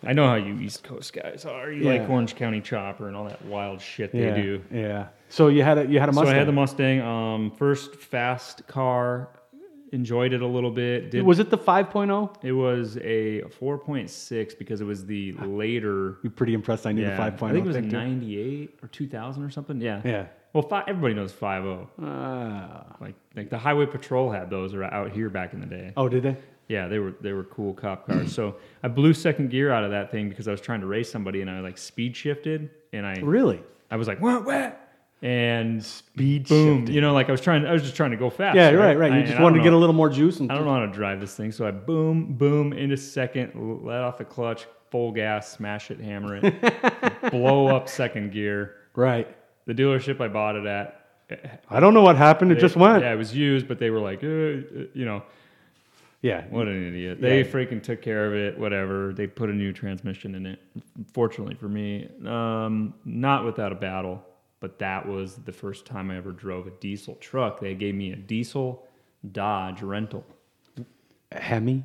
Speaker 1: I know how you East Coast guys are. You
Speaker 2: Yeah.
Speaker 1: like Orange County Chopper and all that wild shit
Speaker 2: yeah,
Speaker 1: they do.
Speaker 2: Yeah. So you had a you had a Mustang.
Speaker 1: So I had the Mustang. Um, first fast car. Enjoyed it a little bit. Did
Speaker 2: was it the oh? 5.0?
Speaker 1: It was a 4.6 because it was the later.
Speaker 2: You're pretty impressed. I knew
Speaker 1: Yeah,
Speaker 2: the 5.0.
Speaker 1: I think it was a
Speaker 2: thing, too.
Speaker 1: 98 or 2000 or something. Yeah.
Speaker 2: Yeah.
Speaker 1: Well, fi- everybody knows 50.
Speaker 2: Ah.
Speaker 1: Like like the Highway Patrol had those or out here back in the day.
Speaker 2: oh, did they?
Speaker 1: Yeah, they were they were cool cop cars. so I blew second gear out of that thing because I was trying to race somebody and I like speed shifted and I
Speaker 2: Really?
Speaker 1: I was like what what and
Speaker 2: Speed
Speaker 1: boom
Speaker 2: shifting.
Speaker 1: you know like I was trying I was just trying to go fast.
Speaker 2: Yeah, right, right.
Speaker 1: I-
Speaker 2: You
Speaker 1: and
Speaker 2: just
Speaker 1: I
Speaker 2: wanted to
Speaker 1: don't
Speaker 2: get
Speaker 1: know-
Speaker 2: a little more juice and
Speaker 1: I don't know how to drive this thing, so I boom, boom, into second, l- let off the clutch, full gas, smash it, hammer it,
Speaker 2: *laughs*
Speaker 1: blow up second gear.
Speaker 2: right.
Speaker 1: The dealership I bought it at, it
Speaker 2: I don't know what happened. It just went.
Speaker 1: Yeah,
Speaker 2: Yeah.
Speaker 1: it was used, but they were like, uh, uh, you know, what an idiot. They
Speaker 2: Yeah.
Speaker 1: freaking took care of it. Whatever. They put a new transmission in it. Fortunately for me, um, not without a battle, but that was the first time I ever drove a diesel truck. They gave me a diesel Dodge rental.
Speaker 2: Hemi.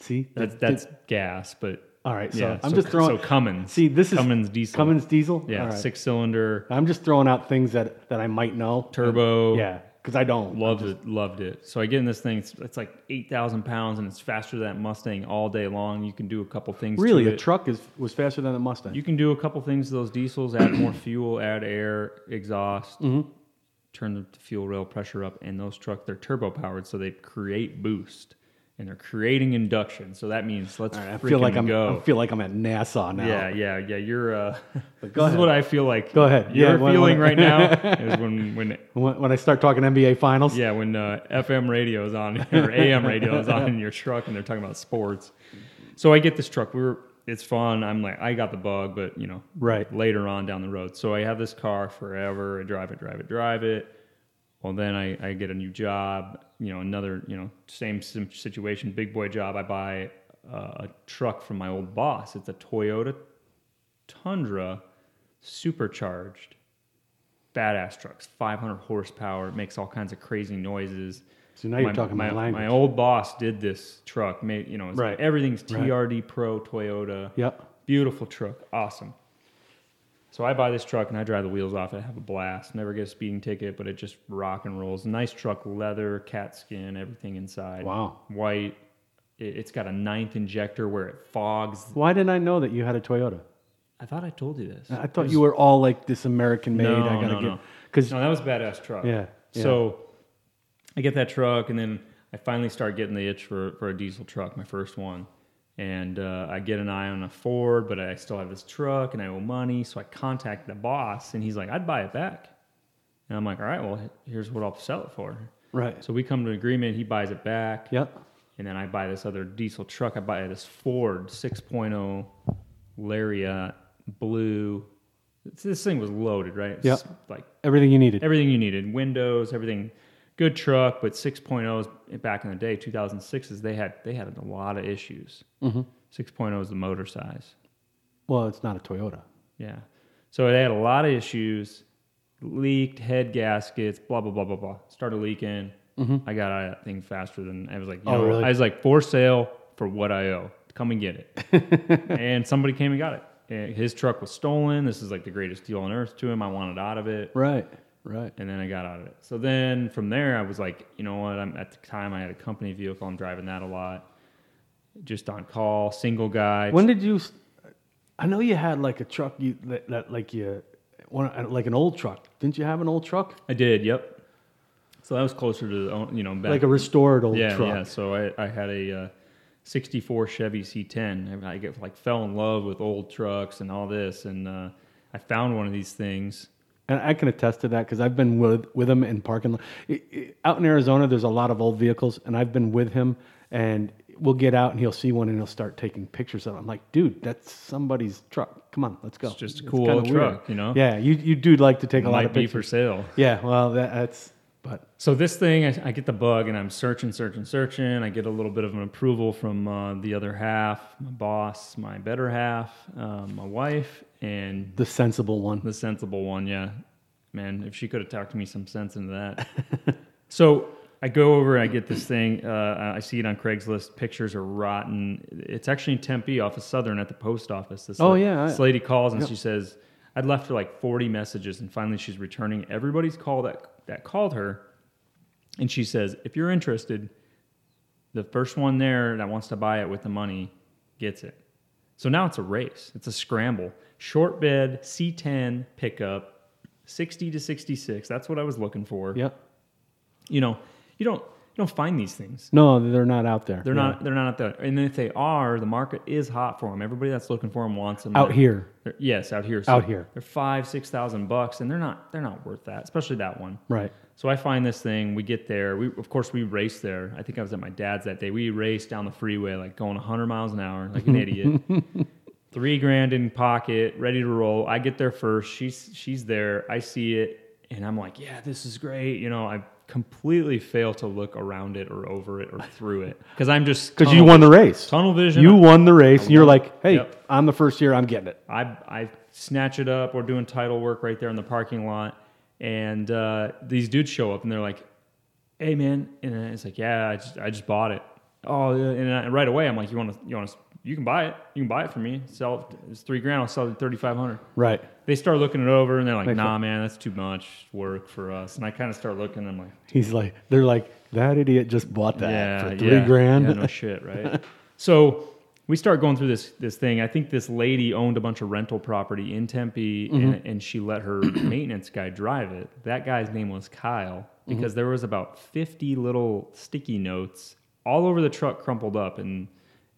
Speaker 2: See?
Speaker 1: That's that's gas, but
Speaker 2: All right, so
Speaker 1: yeah,
Speaker 2: I'm just throwing-
Speaker 1: So Cummins,
Speaker 2: See, this is
Speaker 1: Cummins diesel.
Speaker 2: Cummins diesel.
Speaker 1: yeah,
Speaker 2: All right.
Speaker 1: six cylinder
Speaker 2: I'm just throwing out things that that I might know.
Speaker 1: turbo.
Speaker 2: Yeah, because I don't.
Speaker 1: loved it, loved it. So I get in this thing. It's, it's like eight thousand pounds, and it's faster than that Mustang all day long. You can do a couple things. to
Speaker 2: Really, a
Speaker 1: it.
Speaker 2: truck is was faster than a Mustang.
Speaker 1: You can do a couple things to those diesels. Add
Speaker 2: *clears throat*
Speaker 1: more fuel. Add air exhaust.
Speaker 2: Mm-hmm.
Speaker 1: Turn the fuel rail pressure up, and those trucks they're turbo powered, so they create boost. And they're creating induction, so that means let's
Speaker 2: All right, I
Speaker 1: freaking
Speaker 2: feel like I'm.
Speaker 1: go.
Speaker 2: I feel like I'm at NASA now.
Speaker 1: Yeah, yeah, yeah. You're. Uh, *laughs* this
Speaker 2: go
Speaker 1: is
Speaker 2: ahead.
Speaker 1: what I feel like.
Speaker 2: Go ahead.
Speaker 1: You're
Speaker 2: Yeah, when-
Speaker 1: feeling right
Speaker 2: when- *laughs*
Speaker 1: now is when when
Speaker 2: When, when I start talking NBA finals.
Speaker 1: yeah when uh, FM radio is on *laughs* or AM radio is on in your truck and they're talking about sports. So I get this truck. We were. It's fun. I'm like I got the bug, but you know
Speaker 2: Right.
Speaker 1: later on down the road. So I have this car forever. I drive it, drive it, drive it. Well, then I, I get a new job, you know, another, you know, same sim- situation, big boy job. I buy uh, a truck from my old boss. It's a Toyota Tundra supercharged. Badass trucks, 500 horsepower, It makes all kinds of crazy noises.
Speaker 2: So now you're talking my language.
Speaker 1: My old boss did this truck, made, you know, it's-
Speaker 2: Right.
Speaker 1: everything's
Speaker 2: Right.
Speaker 1: TRD Pro Toyota.
Speaker 2: Yep.
Speaker 1: Beautiful truck. Awesome. So I buy this truck and I drive the wheels off and I have a blast. Never get a speeding ticket, but it just rock and rolls. Nice truck, leather, cat skin, everything inside.
Speaker 2: Wow.
Speaker 1: White. It, it's got a ninth injector where it fogs.
Speaker 2: Why didn't I know that you had a Toyota?
Speaker 1: I thought I told you this.
Speaker 2: I thought you were all like this American made.
Speaker 1: No,
Speaker 2: I gotta
Speaker 1: no, no.
Speaker 2: get because
Speaker 1: No, that was a badass truck.
Speaker 2: Yeah, yeah.
Speaker 1: So I get that truck, and then I finally start getting the itch for, for a diesel truck, my first one. And uh, I get an eye on a Ford, but I still have this truck and I owe money. So I contact the boss, and he's like, I'd buy it back. And I'm like, all right, well, here's what I'll sell it for.
Speaker 2: right.
Speaker 1: So we come to an agreement. He buys it back.
Speaker 2: Yep.
Speaker 1: And then I buy this other diesel truck. I buy this Ford 6.0 Lariat blue. It's- This thing was loaded, right? It's
Speaker 2: Yeah.
Speaker 1: Like
Speaker 2: Everything you needed.
Speaker 1: everything you needed windows, everything. Good truck, but 6.0s back in the day, 2006s, they had they had a lot of issues. Mm-hmm. 6.0 is the motor size.
Speaker 2: Well, it's not a Toyota.
Speaker 1: Yeah. So they had a lot of issues, leaked head gaskets, blah blah blah blah blah. Started leaking. I got out of that thing faster than I was like. You
Speaker 2: Mm-hmm. Oh,
Speaker 1: know,
Speaker 2: really?
Speaker 1: I was like for sale for what I owe. Come and get
Speaker 2: *laughs*
Speaker 1: it. and somebody came and got it. And his truck was stolen. This is like the greatest deal on earth to him. I wanted out of it
Speaker 2: Right. Right.
Speaker 1: and then I got out of it. So then from there, I was like, you know what? I'm at the time I had a company vehicle. I'm driving that a lot, just on call, single guy.
Speaker 2: When did you? s- I know you had like a truck. You that, that like you, one, like an old truck. Didn't you have an old truck?
Speaker 1: I did. Yep. So that was closer to the own- you know back
Speaker 2: like a restored old
Speaker 1: yeah
Speaker 2: truck.
Speaker 1: yeah. So I I had a uh, '64 Chevy C10. And I get like fell in love with old trucks and all this, and uh, I found one of these things.
Speaker 2: and I can attest to that because I've been with with him in parking lot. I- I- Out in Arizona, there's a lot of old vehicles, and I've been with him, and we'll get out and he'll see one and he'll start taking pictures of. it. I'm like, dude, that's somebody's truck. Come on, let's go. It's
Speaker 1: just a cool
Speaker 2: kinda
Speaker 1: old truck, you know?
Speaker 2: Yeah, you you do like to take a lot
Speaker 1: Might
Speaker 2: of
Speaker 1: be
Speaker 2: pictures.
Speaker 1: for sale.
Speaker 2: yeah, well, that, that's but
Speaker 1: So this thing, I, I get the bug, and I'm searching, searching, searching. I get a little bit of an approval from uh, the other half, my boss, my better half, um, my wife, and
Speaker 2: the sensible one.
Speaker 1: the sensible one. Yeah, man, if she could have talked me some sense into that.
Speaker 2: *laughs*
Speaker 1: so I go over, I get this thing. Uh, I see it on Craigslist. Pictures are rotten. It's actually in Tempe, off of Southern, at the post office. This
Speaker 2: Oh,
Speaker 1: la-
Speaker 2: yeah, I-
Speaker 1: this lady calls and she says, "I'd left her like 40 messages, and finally she's returning everybody's call that that called her." And she says, if you're interested, the first one there that wants to buy it with the money gets it. So now it's a race, it's a scramble. Short bed, C10 pickup, 60 to 66. That's what I was looking for.
Speaker 2: Yeah,
Speaker 1: You know, you don't you don't find these things.
Speaker 2: no, they're not out there.
Speaker 1: They're
Speaker 2: Yeah.
Speaker 1: not they're not out there. And if they are, the market is hot for them. Everybody that's looking for them wants them
Speaker 2: out here.
Speaker 1: yes, out here. So
Speaker 2: Out here.
Speaker 1: They're five, six thousand bucks, and they're not they're not worth that, especially that one.
Speaker 2: Right.
Speaker 1: So I find this thing. We get there. We of course we race there. I think I was at my dad's that day. We raced down the freeway like going 100 miles an hour, like an
Speaker 2: *laughs*
Speaker 1: idiot. Three grand in pocket, ready to roll. I get there first. She's she's there. I see it, and I'm like, yeah, this is great. You know, I completely fail to look around it or over it or through it because I'm
Speaker 2: *laughs*
Speaker 1: just
Speaker 2: Because you
Speaker 1: tunnel-
Speaker 2: won the race.
Speaker 1: tunnel vision.
Speaker 2: You won the race, and you're
Speaker 1: won.
Speaker 2: like, hey,
Speaker 1: Yep.
Speaker 2: I'm the first year. I'm getting it.
Speaker 1: I I snatch it up. We're doing title work right there in the parking lot, and uh, these dudes show up and they're like, "Hey, man!" And it's like, "Yeah, I just I just bought it." Oh, yeah. and I, right away I'm like, "You want to you want to you can buy it. You can buy it for me. Sell it. It's three grand. I'll sell it thirty five hundred.
Speaker 2: Right.
Speaker 1: They start looking it over and they're like,
Speaker 2: Makes
Speaker 1: "Nah, man, that's too much work for us." And I kind of start looking. and I'm like,
Speaker 2: He's like, they're like, that idiot just bought that for three
Speaker 1: yeah,
Speaker 2: grand.
Speaker 1: Yeah, no shit, right? so we start going through this this thing. I think this lady owned a bunch of rental property in Tempe,
Speaker 2: Mm-hmm.
Speaker 1: and, and she let
Speaker 2: *clears throat*
Speaker 1: her maintenance guy drive it. That guy's name was Kyle
Speaker 2: Mm-hmm.
Speaker 1: because there was about fifty little sticky notes all over the truck, crumpled up, and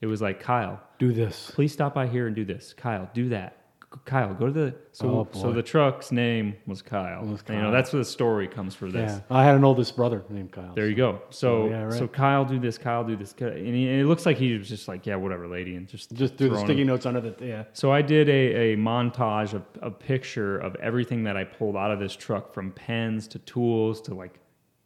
Speaker 1: it was like Kyle,
Speaker 2: *laughs* Do this.
Speaker 1: please stop by here and do this. Kyle, do that. K- Kyle, go to the so
Speaker 2: Oh,
Speaker 1: so
Speaker 2: boy.
Speaker 1: the truck's name was Kyle.
Speaker 2: Was
Speaker 1: You
Speaker 2: Kyle.
Speaker 1: know that's where the story comes for this.
Speaker 2: Yeah. I had an oldest brother named Kyle.
Speaker 1: There you go. So
Speaker 2: Oh, yeah, right.
Speaker 1: so Kyle do this, Kyle do this, Ky- and, he, and it looks like he was just like, yeah, whatever, lady, and just
Speaker 2: Just threw the
Speaker 1: throwing
Speaker 2: sticky
Speaker 1: it.
Speaker 2: notes under the, yeah.
Speaker 1: So I did a, a montage of a picture of everything that I pulled out of this truck, from pens to tools to like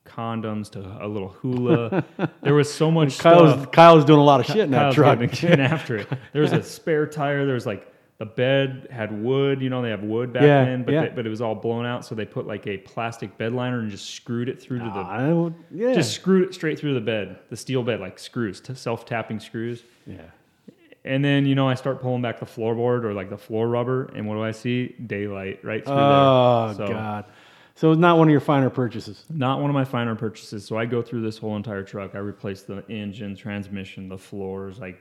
Speaker 1: condoms to a little
Speaker 2: *laughs*
Speaker 1: hula. there was so much
Speaker 2: Kyle was,
Speaker 1: stuff.
Speaker 2: Kyle was doing a lot of shit in that
Speaker 1: uh, Kyle's
Speaker 2: truck.
Speaker 1: getting-
Speaker 2: *laughs*
Speaker 1: getting after it. There was a spare tire. There was like the bed had wood. You know they have wood back
Speaker 2: Yeah,
Speaker 1: then, but
Speaker 2: yeah.
Speaker 1: they- but it was all blown out. So they put like a plastic bed liner and just screwed it through to the
Speaker 2: *laughs* I don't- yeah.
Speaker 1: just screw it straight through the bed, the steel bed, like screws, t- self tapping screws.
Speaker 2: yeah.
Speaker 1: And then, you know, I start pulling back the floorboard or like the floor rubber. And what do I see? Daylight right through
Speaker 2: Oh,
Speaker 1: there. So,
Speaker 2: God. So it's not one of your finer purchases.
Speaker 1: Not one of my finer purchases. So I go through this whole entire truck. I replace the engine, transmission, the floors. I,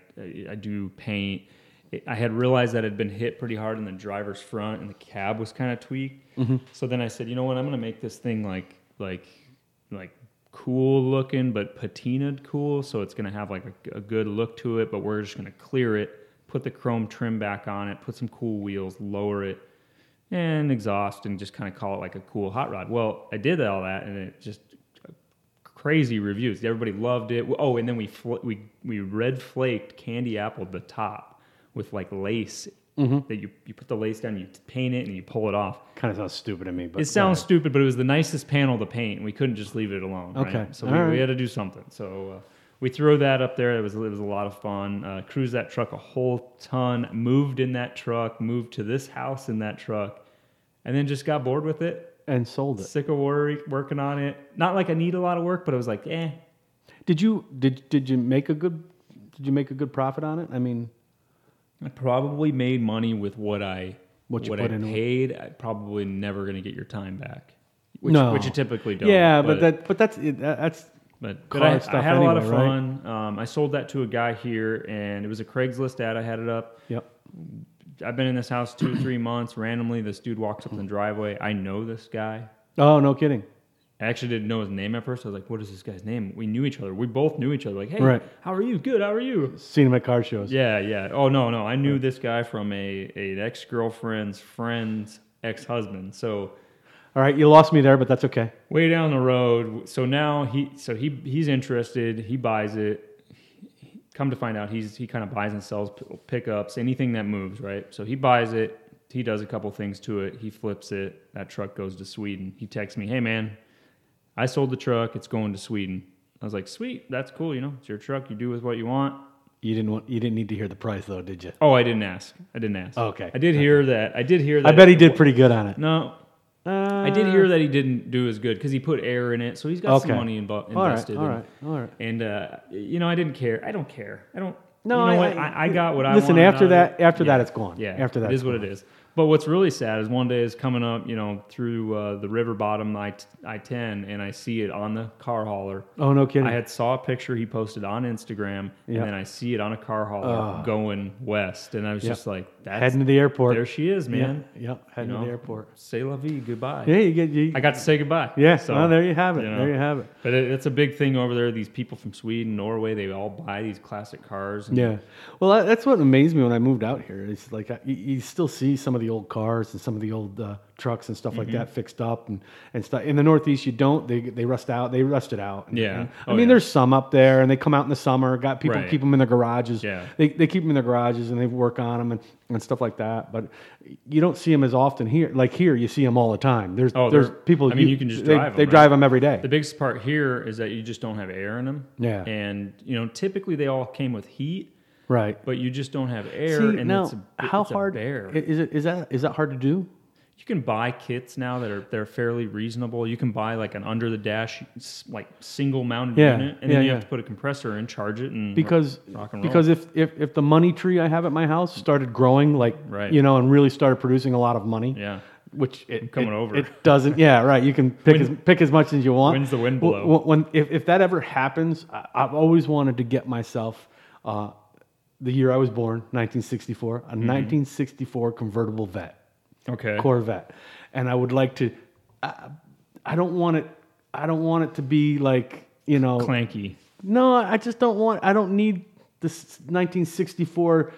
Speaker 1: I do paint. It- I had realized that it had been hit pretty hard in the driver's front and the cab was kind of tweaked. So then I said, you know what? I'm going to make this thing like, like, like cool looking, but patinaed cool. So it's going to have like a, a good look to it, but we're just going to clear it, put the chrome trim back on it, put some cool wheels, lower it, and exhaust and just kind of call it like a cool hot rod. Well, I did all that and it just uh, crazy reviews. Everybody loved it. Oh, and then we fl- we we red flaked candy apple the top with like lace that you you put the lace down, you paint it, and you pull it off.
Speaker 2: Kind of sounds stupid to me, but uh,
Speaker 1: It sounds stupid, but it was the nicest panel to paint, and we couldn't just leave it alone. right?
Speaker 2: Okay.
Speaker 1: so
Speaker 2: All
Speaker 1: we, we
Speaker 2: right.
Speaker 1: had to do something. So uh, we threw that up there. It was it was a lot of fun. Uh, cruised that truck a whole ton. Moved in that truck. Moved to this house in that truck, and then just got bored with it.
Speaker 2: and sold it.
Speaker 1: Sick of worry, working on it. Not like I need a lot of work, but it was like, eh.
Speaker 2: Did you did did you make a good did you make a good profit on it? I mean,
Speaker 1: I probably made money with what I
Speaker 2: What you
Speaker 1: what
Speaker 2: put
Speaker 1: I
Speaker 2: into it.
Speaker 1: paid. I probably never going to get your time back, which,
Speaker 2: No.
Speaker 1: which you typically don't.
Speaker 2: yeah, but, that but that's it, that- that's
Speaker 1: But, but
Speaker 2: car
Speaker 1: I, I
Speaker 2: stuff
Speaker 1: had a lot of
Speaker 2: anyway, right?
Speaker 1: fun. Um, I sold that to a guy here, and it was a Craigslist ad. I had it up.
Speaker 2: yep.
Speaker 1: I've been in this house
Speaker 2: *clears throat*
Speaker 1: two, three months. Randomly, this dude walks up in the driveway. I know this guy.
Speaker 2: Oh, no kidding.
Speaker 1: I actually didn't know his name at first. I was like, "What is this guy's name?" We knew each other. We both knew each other. Like, "Hey,
Speaker 2: Right.
Speaker 1: how are you? Good. How are you?"
Speaker 2: Seen him at car shows.
Speaker 1: Yeah, yeah. Oh no, no. I knew this guy from a, a an ex girlfriend's friend's ex husband. So
Speaker 2: All right, you lost me there, but that's okay.
Speaker 1: way down the road. So now he so he he's interested. He buys it. Come to find out, he's he kind of buys and sells p- pickups, anything that moves, right? So he buys it. He does a couple things to it. He flips it. That truck goes to Sweden. He texts me, "Hey man, I sold the truck. It's going to Sweden." I was like, "Sweet, that's cool. You know, it's your truck. You do with what you want."
Speaker 2: You didn't want. You didn't need to hear the price though, did you?
Speaker 1: Oh, I didn't ask. I didn't ask.
Speaker 2: Okay.
Speaker 1: I did hear that. I did hear that.
Speaker 2: I bet he did pretty good on it.
Speaker 1: No, I did hear that he didn't do as good because he put air in it, so he's got some
Speaker 2: Okay.
Speaker 1: money invo-
Speaker 2: All right,
Speaker 1: invested.
Speaker 2: all
Speaker 1: in-
Speaker 2: right, all right.
Speaker 1: And uh, you know, I didn't care. I don't care. I don't.
Speaker 2: No,
Speaker 1: you know
Speaker 2: I-
Speaker 1: what?
Speaker 2: I-
Speaker 1: I, I got what I
Speaker 2: listen,
Speaker 1: wanted
Speaker 2: after
Speaker 1: out of
Speaker 2: that-
Speaker 1: it.
Speaker 2: after that
Speaker 1: Yeah.
Speaker 2: it's gone.
Speaker 1: Yeah,
Speaker 2: After that
Speaker 1: it
Speaker 2: it's
Speaker 1: is what it is. But what's really sad is one day is coming up, you know, through uh, the river bottom I I ten, and I see it on the car hauler.
Speaker 2: Oh no kidding.
Speaker 1: I had saw a picture he posted on Instagram,
Speaker 2: Yeah.
Speaker 1: and then I see it on a car hauler going west, and I was just like, "That's
Speaker 2: heading to the airport.
Speaker 1: there she is,
Speaker 2: Yeah,
Speaker 1: man."
Speaker 2: Yeah, heading
Speaker 1: know?
Speaker 2: to the airport.
Speaker 1: Say la vie, goodbye.
Speaker 2: Yeah, you get you.
Speaker 1: I got to say goodbye.
Speaker 2: yeah.
Speaker 1: So,
Speaker 2: well, there you have it.
Speaker 1: you know.
Speaker 2: There you have it.
Speaker 1: But it, it's a big thing over there. These people from Sweden, Norway, they all buy these classic cars. and-
Speaker 2: Yeah. Well, that- that's what amazed me when I moved out here. It's like I, you, you still see some of the old cars and some of the old uh, trucks and stuff like
Speaker 1: Mm-hmm.
Speaker 2: that fixed up and, and stuff. In the Northeast, you don't. They they rust out. They rust it out. And-
Speaker 1: Yeah.
Speaker 2: and-
Speaker 1: Oh,
Speaker 2: I mean,
Speaker 1: yeah.
Speaker 2: there's some up there, and they come out in the summer. Got people
Speaker 1: Right.
Speaker 2: keep them in their garages.
Speaker 1: Yeah.
Speaker 2: They they keep them in their garages and they work on them and, and stuff like that. But you don't see them as often here. Like here, you see them all the time. There's
Speaker 1: Oh,
Speaker 2: there's
Speaker 1: they're-
Speaker 2: people.
Speaker 1: I mean, you can just
Speaker 2: they,
Speaker 1: drive 'em,
Speaker 2: They
Speaker 1: right?
Speaker 2: drive them every day.
Speaker 1: The biggest part here is that you just don't have air in them.
Speaker 2: Yeah.
Speaker 1: And, you know, typically they all came with heat,
Speaker 2: right.
Speaker 1: but you just don't have air.
Speaker 2: See,
Speaker 1: and
Speaker 2: now,
Speaker 1: it's a,
Speaker 2: how
Speaker 1: it's
Speaker 2: hard
Speaker 1: a bear.
Speaker 2: is it? Is that is that hard to do?
Speaker 1: you can buy kits now that are they're fairly reasonable. You can buy like an under the dash, s- like single mounted
Speaker 2: Yeah.
Speaker 1: unit, and
Speaker 2: Yeah,
Speaker 1: then you
Speaker 2: yeah.
Speaker 1: have to put a compressor and charge it. And
Speaker 2: because
Speaker 1: rock and roll.
Speaker 2: because if, if if the money tree I have at my house started growing like
Speaker 1: Right.
Speaker 2: you know and really started producing a lot of money
Speaker 1: yeah,
Speaker 2: which it,
Speaker 1: coming
Speaker 2: it-
Speaker 1: over.
Speaker 2: it doesn't yeah right you can pick as pick as much as you want
Speaker 1: When's the wind
Speaker 2: W-
Speaker 1: blow?
Speaker 2: w- when if, if that ever happens I, I've always wanted to get myself uh, the year I was born 1964 a 1964 convertible vet
Speaker 1: Mm-hmm. okay,
Speaker 2: Corvette, and I would like to. I, I don't want it. I don't want it to be like you know
Speaker 1: clanky.
Speaker 2: no, I just don't want. I don't need this 1964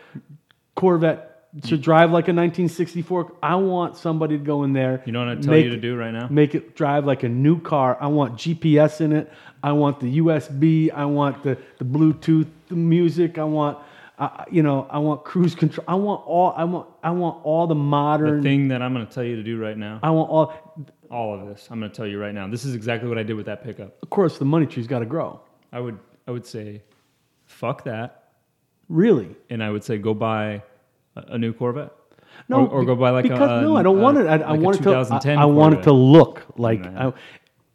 Speaker 2: Corvette to
Speaker 1: Mm.
Speaker 2: drive like a 1964. I want somebody to go in there.
Speaker 1: You know what I tell you to do right now?
Speaker 2: Make it drive like a new car. I want GPS in it. I want the USB. I want the the Bluetooth the music. I want. Uh, you know, I want cruise control. I want all. I want. I want all the
Speaker 1: The
Speaker 2: modern.
Speaker 1: thing that I'm going to tell you to do right now,
Speaker 2: I want all.
Speaker 1: all of this, I'm going to tell you right now. This is exactly what I did with that pickup.
Speaker 2: Of course, the money tree's got to grow.
Speaker 1: I would I would say, fuck that,
Speaker 2: Really.
Speaker 1: and I would say go buy a, a new Corvette.
Speaker 2: No,
Speaker 1: or, or
Speaker 2: be-
Speaker 1: go buy like
Speaker 2: because
Speaker 1: a
Speaker 2: no, I don't
Speaker 1: a-
Speaker 2: want it. I, I
Speaker 1: like a
Speaker 2: want it to. I,
Speaker 1: 2010
Speaker 2: I want it
Speaker 1: Corvette.
Speaker 2: to look like
Speaker 1: Nah.
Speaker 2: I,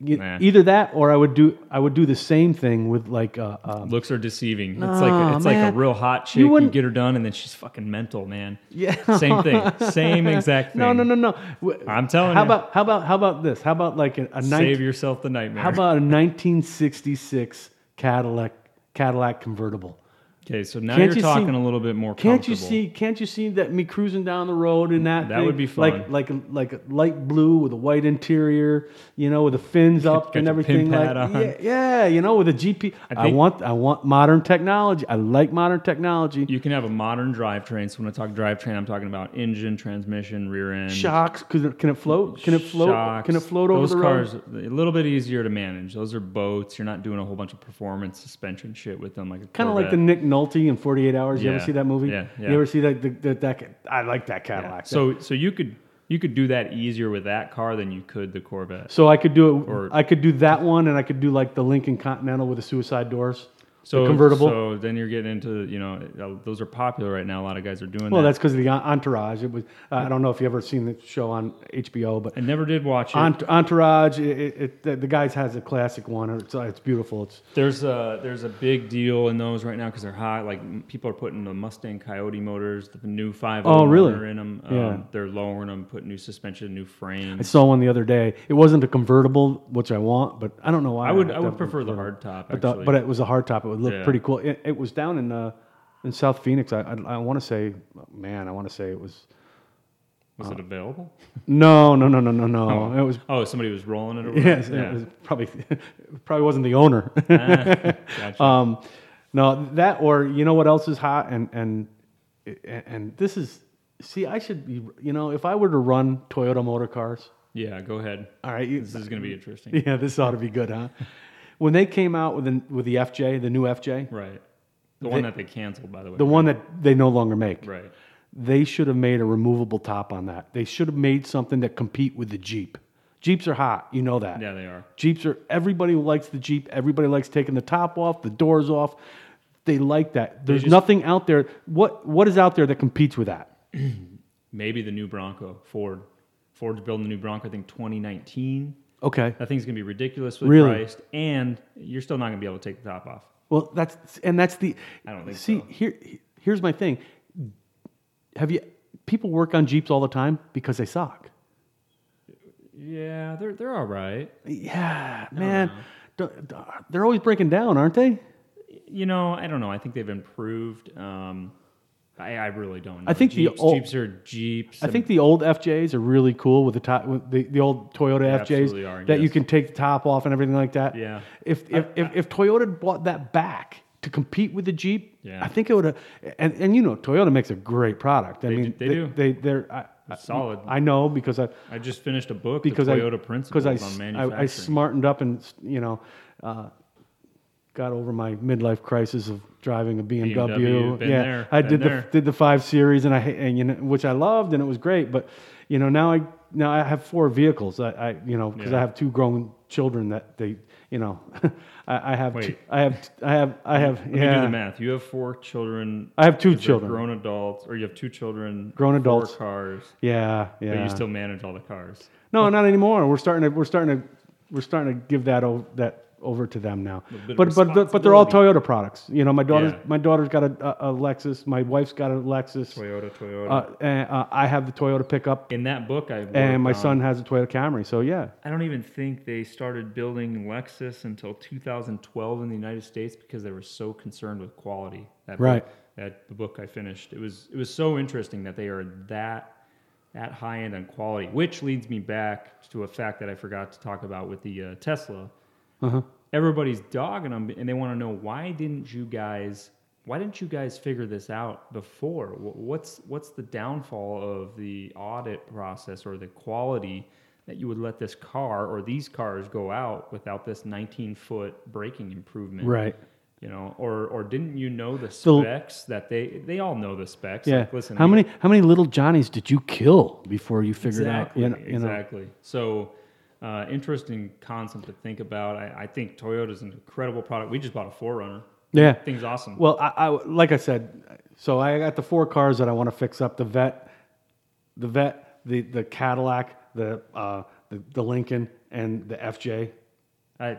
Speaker 2: you-
Speaker 1: Nah.
Speaker 2: either that or I would do. I would do the same thing with like. Uh, um,
Speaker 1: Looks are deceiving. it's
Speaker 2: Nah,
Speaker 1: like it's like
Speaker 2: man.
Speaker 1: a real hot chick.
Speaker 2: You
Speaker 1: You,
Speaker 2: wouldn't-
Speaker 1: get her done, and then she's fucking mental, man.
Speaker 2: Yeah.
Speaker 1: Same *laughs* thing. Same exact thing.
Speaker 2: no, no, no, no. W-
Speaker 1: I'm telling
Speaker 2: How
Speaker 1: you.
Speaker 2: about how about how about this? How about like a, a
Speaker 1: Save
Speaker 2: 19,
Speaker 1: yourself the nightmare.
Speaker 2: How about a 1966 Cadillac Cadillac convertible?
Speaker 1: okay, so now
Speaker 2: Can't
Speaker 1: you're
Speaker 2: you see-
Speaker 1: talking a little bit more.
Speaker 2: Can't you
Speaker 1: comfortable.
Speaker 2: see? Can't you see that me cruising down the road in that?
Speaker 1: That
Speaker 2: thing?
Speaker 1: would be
Speaker 2: Like
Speaker 1: fun.
Speaker 2: like a, like a light blue with a white interior, you know, with the fins up
Speaker 1: got
Speaker 2: and
Speaker 1: your pin
Speaker 2: everything. Like
Speaker 1: pad on.
Speaker 2: Yeah, yeah, you know, with a GP. I,
Speaker 1: think-
Speaker 2: want I want modern technology. I like modern technology.
Speaker 1: You can have a modern drivetrain. So when I talk drivetrain, I'm talking about engine, transmission, rear end,
Speaker 2: Shocks. Can it, can it float? Can it float?
Speaker 1: shocks.
Speaker 2: Can it float over
Speaker 1: Those
Speaker 2: the road?
Speaker 1: cars a little bit easier to manage. Those are boats. You're not doing a whole bunch of performance suspension shit with them, like a
Speaker 2: Kind of like the
Speaker 1: Corvette.
Speaker 2: Nick Nolte in 48 Hours. You
Speaker 1: Yeah,
Speaker 2: ever see that movie?
Speaker 1: yeah, yeah.
Speaker 2: You ever see that? The, the, that ca- I like that Cadillac.
Speaker 1: So so you could you could do that easier with that car than you could the Corvette.
Speaker 2: So I could do it.
Speaker 1: Or-
Speaker 2: I could do that one, and I could do like the Lincoln Continental with the suicide doors.
Speaker 1: So
Speaker 2: the convertible.
Speaker 1: So then you're getting into you know uh, those are popular right now. A lot of guys are doing
Speaker 2: Well,
Speaker 1: that.
Speaker 2: that's because of the en- Entourage. It was. Uh, I don't know if you ever seen the show on HBO, but
Speaker 1: I never did watch it.
Speaker 2: Ent- Entourage. It, it, it, the, the guys has a classic one. and It's, uh, it's beautiful. It's
Speaker 1: There's a there's a big deal in those right now because they're hot. Like m- people are putting the Mustang Coyote motors, the new five.
Speaker 2: Oh, really?
Speaker 1: Motor in them. Um,
Speaker 2: Yeah.
Speaker 1: They're lowering them, putting new suspension, new frame.
Speaker 2: I saw one the other day. It wasn't a convertible, which I want, but I don't know why.
Speaker 1: I would
Speaker 2: have
Speaker 1: I
Speaker 2: to
Speaker 1: would
Speaker 2: have
Speaker 1: prefer the
Speaker 2: convertible.
Speaker 1: hard top.
Speaker 2: But,
Speaker 1: Actually,
Speaker 2: the, but it was a hard top. It would look
Speaker 1: Yeah.
Speaker 2: pretty cool. It, it was down in uh, in South Phoenix. I I, I want to say, man, I want to say it was
Speaker 1: Was it available?
Speaker 2: No, no, no, no, no, no. It was *laughs*
Speaker 1: Oh, somebody was rolling it. Or whatever?
Speaker 2: yes, it was probably *laughs* probably wasn't the owner. *laughs*
Speaker 1: Gotcha.
Speaker 2: Um, no, that or you know what else is hot and and and this is see I should be you know if I were to run Toyota Motor Cars,
Speaker 1: yeah, go ahead.
Speaker 2: all right, you,
Speaker 1: This is going to be interesting.
Speaker 2: *laughs* yeah, this ought to be good, huh? When they came out with the, with the FJ, the new FJ,
Speaker 1: Right. The one that they canceled, by the way.
Speaker 2: the one that they no longer make,
Speaker 1: Right.
Speaker 2: they should have made a removable top on that. They should have made something that compete with the Jeep. Jeeps are hot, you know that.
Speaker 1: Yeah, they are.
Speaker 2: Jeeps are everybody likes the Jeep. Everybody likes taking the top off, the doors off. They like that. There's
Speaker 1: just-
Speaker 2: nothing out there. What what is out there that competes with that?
Speaker 1: Maybe the new Bronco. Ford. Ford's building the new Bronco. I think 2019.
Speaker 2: Okay.
Speaker 1: That thing's going to be ridiculous with
Speaker 2: Really?
Speaker 1: price, and you're still not going to be able to take the top off.
Speaker 2: Well, that's and that's the.
Speaker 1: I don't think
Speaker 2: see,
Speaker 1: so.
Speaker 2: here here's my thing. Have you people work on Jeeps all the time because they suck?
Speaker 1: Yeah, they're they're all right.
Speaker 2: Yeah, man. D- d- They're always breaking down, aren't they?
Speaker 1: You know, I don't know. I think they've improved. Um, I, I really don't. Know.
Speaker 2: I think the
Speaker 1: Jeeps,
Speaker 2: ol-
Speaker 1: Jeeps are Jeeps.
Speaker 2: I think the old FJs are really cool with the top, with the, the old Toyota
Speaker 1: absolutely
Speaker 2: FJs
Speaker 1: are,
Speaker 2: that you
Speaker 1: yes.
Speaker 2: can take the top off and everything like that.
Speaker 1: Yeah.
Speaker 2: If if, if, if Toyota brought that back to compete with the Jeep,
Speaker 1: Yeah.
Speaker 2: I think it would have. And and you know Toyota makes a great product. I
Speaker 1: They
Speaker 2: mean
Speaker 1: do- they do.
Speaker 2: They they're I, I-
Speaker 1: solid.
Speaker 2: I know because I
Speaker 1: I just finished a book,
Speaker 2: because
Speaker 1: the
Speaker 2: I
Speaker 1: Toyota Principles
Speaker 2: I,
Speaker 1: on
Speaker 2: s- I-
Speaker 1: Manufacturing.
Speaker 2: I smartened up and you know. Uh, Got over my midlife crisis of driving a BMW.
Speaker 1: BMW, been
Speaker 2: yeah,
Speaker 1: there,
Speaker 2: I
Speaker 1: been
Speaker 2: did
Speaker 1: there.
Speaker 2: the did the five series, and I ha- and you know which I loved, and it was great. But you know now I now I have four vehicles. I, I you know because I
Speaker 1: Yeah.
Speaker 2: have two grown children that they you know *laughs* I, I have two,
Speaker 1: Wait.
Speaker 2: I have I have I have
Speaker 1: Let
Speaker 2: yeah
Speaker 1: me do the math. You have four children.
Speaker 2: I have two
Speaker 1: because they're
Speaker 2: children.
Speaker 1: Grown adults, or you have two children.
Speaker 2: Grown
Speaker 1: four
Speaker 2: adults.
Speaker 1: cars,
Speaker 2: yeah yeah
Speaker 1: but you still manage all the cars.
Speaker 2: no not anymore. We're starting to we're starting to we're starting to give that over that over to them now.
Speaker 1: bit of
Speaker 2: But but but they're all
Speaker 1: responsibility.
Speaker 2: Toyota products. You know my daughter's
Speaker 1: Yeah.
Speaker 2: my daughter's got a, a, a Lexus. My wife's got a Lexus.
Speaker 1: Toyota, Toyota.
Speaker 2: Uh, and, uh, I have the Toyota pickup,
Speaker 1: In that book, I worked
Speaker 2: and my
Speaker 1: on-
Speaker 2: son has a Toyota Camry. So yeah.
Speaker 1: I don't even think they started building Lexus until 2012 in the United States because they were so concerned with quality. That
Speaker 2: Right.
Speaker 1: Book, that the book I finished, it was it was so interesting that they are that that high end on quality, which leads me back to a fact that I forgot to talk about with the uh, Tesla.
Speaker 2: Uh-huh.
Speaker 1: Everybody's dogging them, and they want to know why didn't you guys why didn't you guys figure this out before? Wh- What's what's the downfall of the audit process or the quality that you would let this car or these cars go out without this 19 foot braking improvement?
Speaker 2: Right.
Speaker 1: You know, or or didn't you know the
Speaker 2: So-
Speaker 1: specs that they they all know the specs?
Speaker 2: Yeah.
Speaker 1: Like, listen,
Speaker 2: how
Speaker 1: I-
Speaker 2: many how many little Johnnies did you kill before you figured
Speaker 1: exactly,
Speaker 2: out? You know, you know?
Speaker 1: exactly. So, uh, interesting concept to think about. I, I think Toyota's an incredible product. We just bought a Forerunner.
Speaker 2: Yeah.
Speaker 1: Thing's awesome.
Speaker 2: Well, I, I like I said, so I got the four cars that I want to fix up: the vet, the vet, the the Cadillac, the uh, the, the Lincoln, and the FJ.
Speaker 1: I,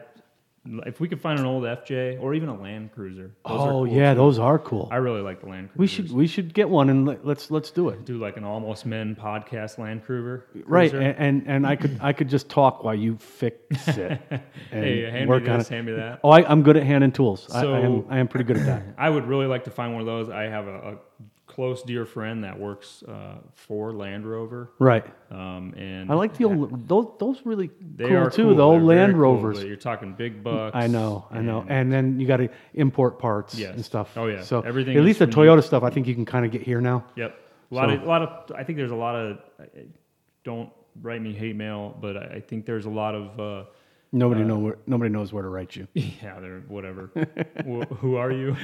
Speaker 1: if we could find an old FJ or even a Land Cruiser. those are
Speaker 2: oh
Speaker 1: cool
Speaker 2: yeah,
Speaker 1: too.
Speaker 2: those are cool.
Speaker 1: I really like the Land Cruiser.
Speaker 2: we should we should get one and let, let's let's do it.
Speaker 1: do like an Almost Men podcast Land Cruiser.
Speaker 2: Right,
Speaker 1: Cruiser.
Speaker 2: and, and and I could I could just talk while you fix *laughs* it. and
Speaker 1: Hey, hand me
Speaker 2: work on
Speaker 1: this,
Speaker 2: it.
Speaker 1: hand me that.
Speaker 2: Oh, I, I'm good at handing tools. I, I am
Speaker 1: So-
Speaker 2: I am pretty good at *clears throat* that.
Speaker 1: I would really like to find one of those. I have a, a close dear friend that works uh, for Land Rover.
Speaker 2: Right.
Speaker 1: Um, and
Speaker 2: I like the old those those really
Speaker 1: they
Speaker 2: cool
Speaker 1: are
Speaker 2: too.
Speaker 1: cool.
Speaker 2: The old
Speaker 1: They're very
Speaker 2: Land
Speaker 1: cool,
Speaker 2: Rovers.
Speaker 1: but you're talking big bucks.
Speaker 2: I know, I know,
Speaker 1: and-
Speaker 2: and then you got to import parts
Speaker 1: Yes.
Speaker 2: and stuff.
Speaker 1: Oh, yeah.
Speaker 2: so
Speaker 1: Everything
Speaker 2: At
Speaker 1: is
Speaker 2: least the
Speaker 1: from-
Speaker 2: Toyota stuff, I think you can kind of get here now.
Speaker 1: Yep. A lot
Speaker 2: So-
Speaker 1: of, a lot of, I think there's a lot of, I- I- don't write me hate mail, but I, I think there's a lot of, uh, *laughs*
Speaker 2: Nobody know where, nobody knows where to write you.
Speaker 1: yeah, they're
Speaker 2: *laughs*
Speaker 1: whatever. Wh- who are you?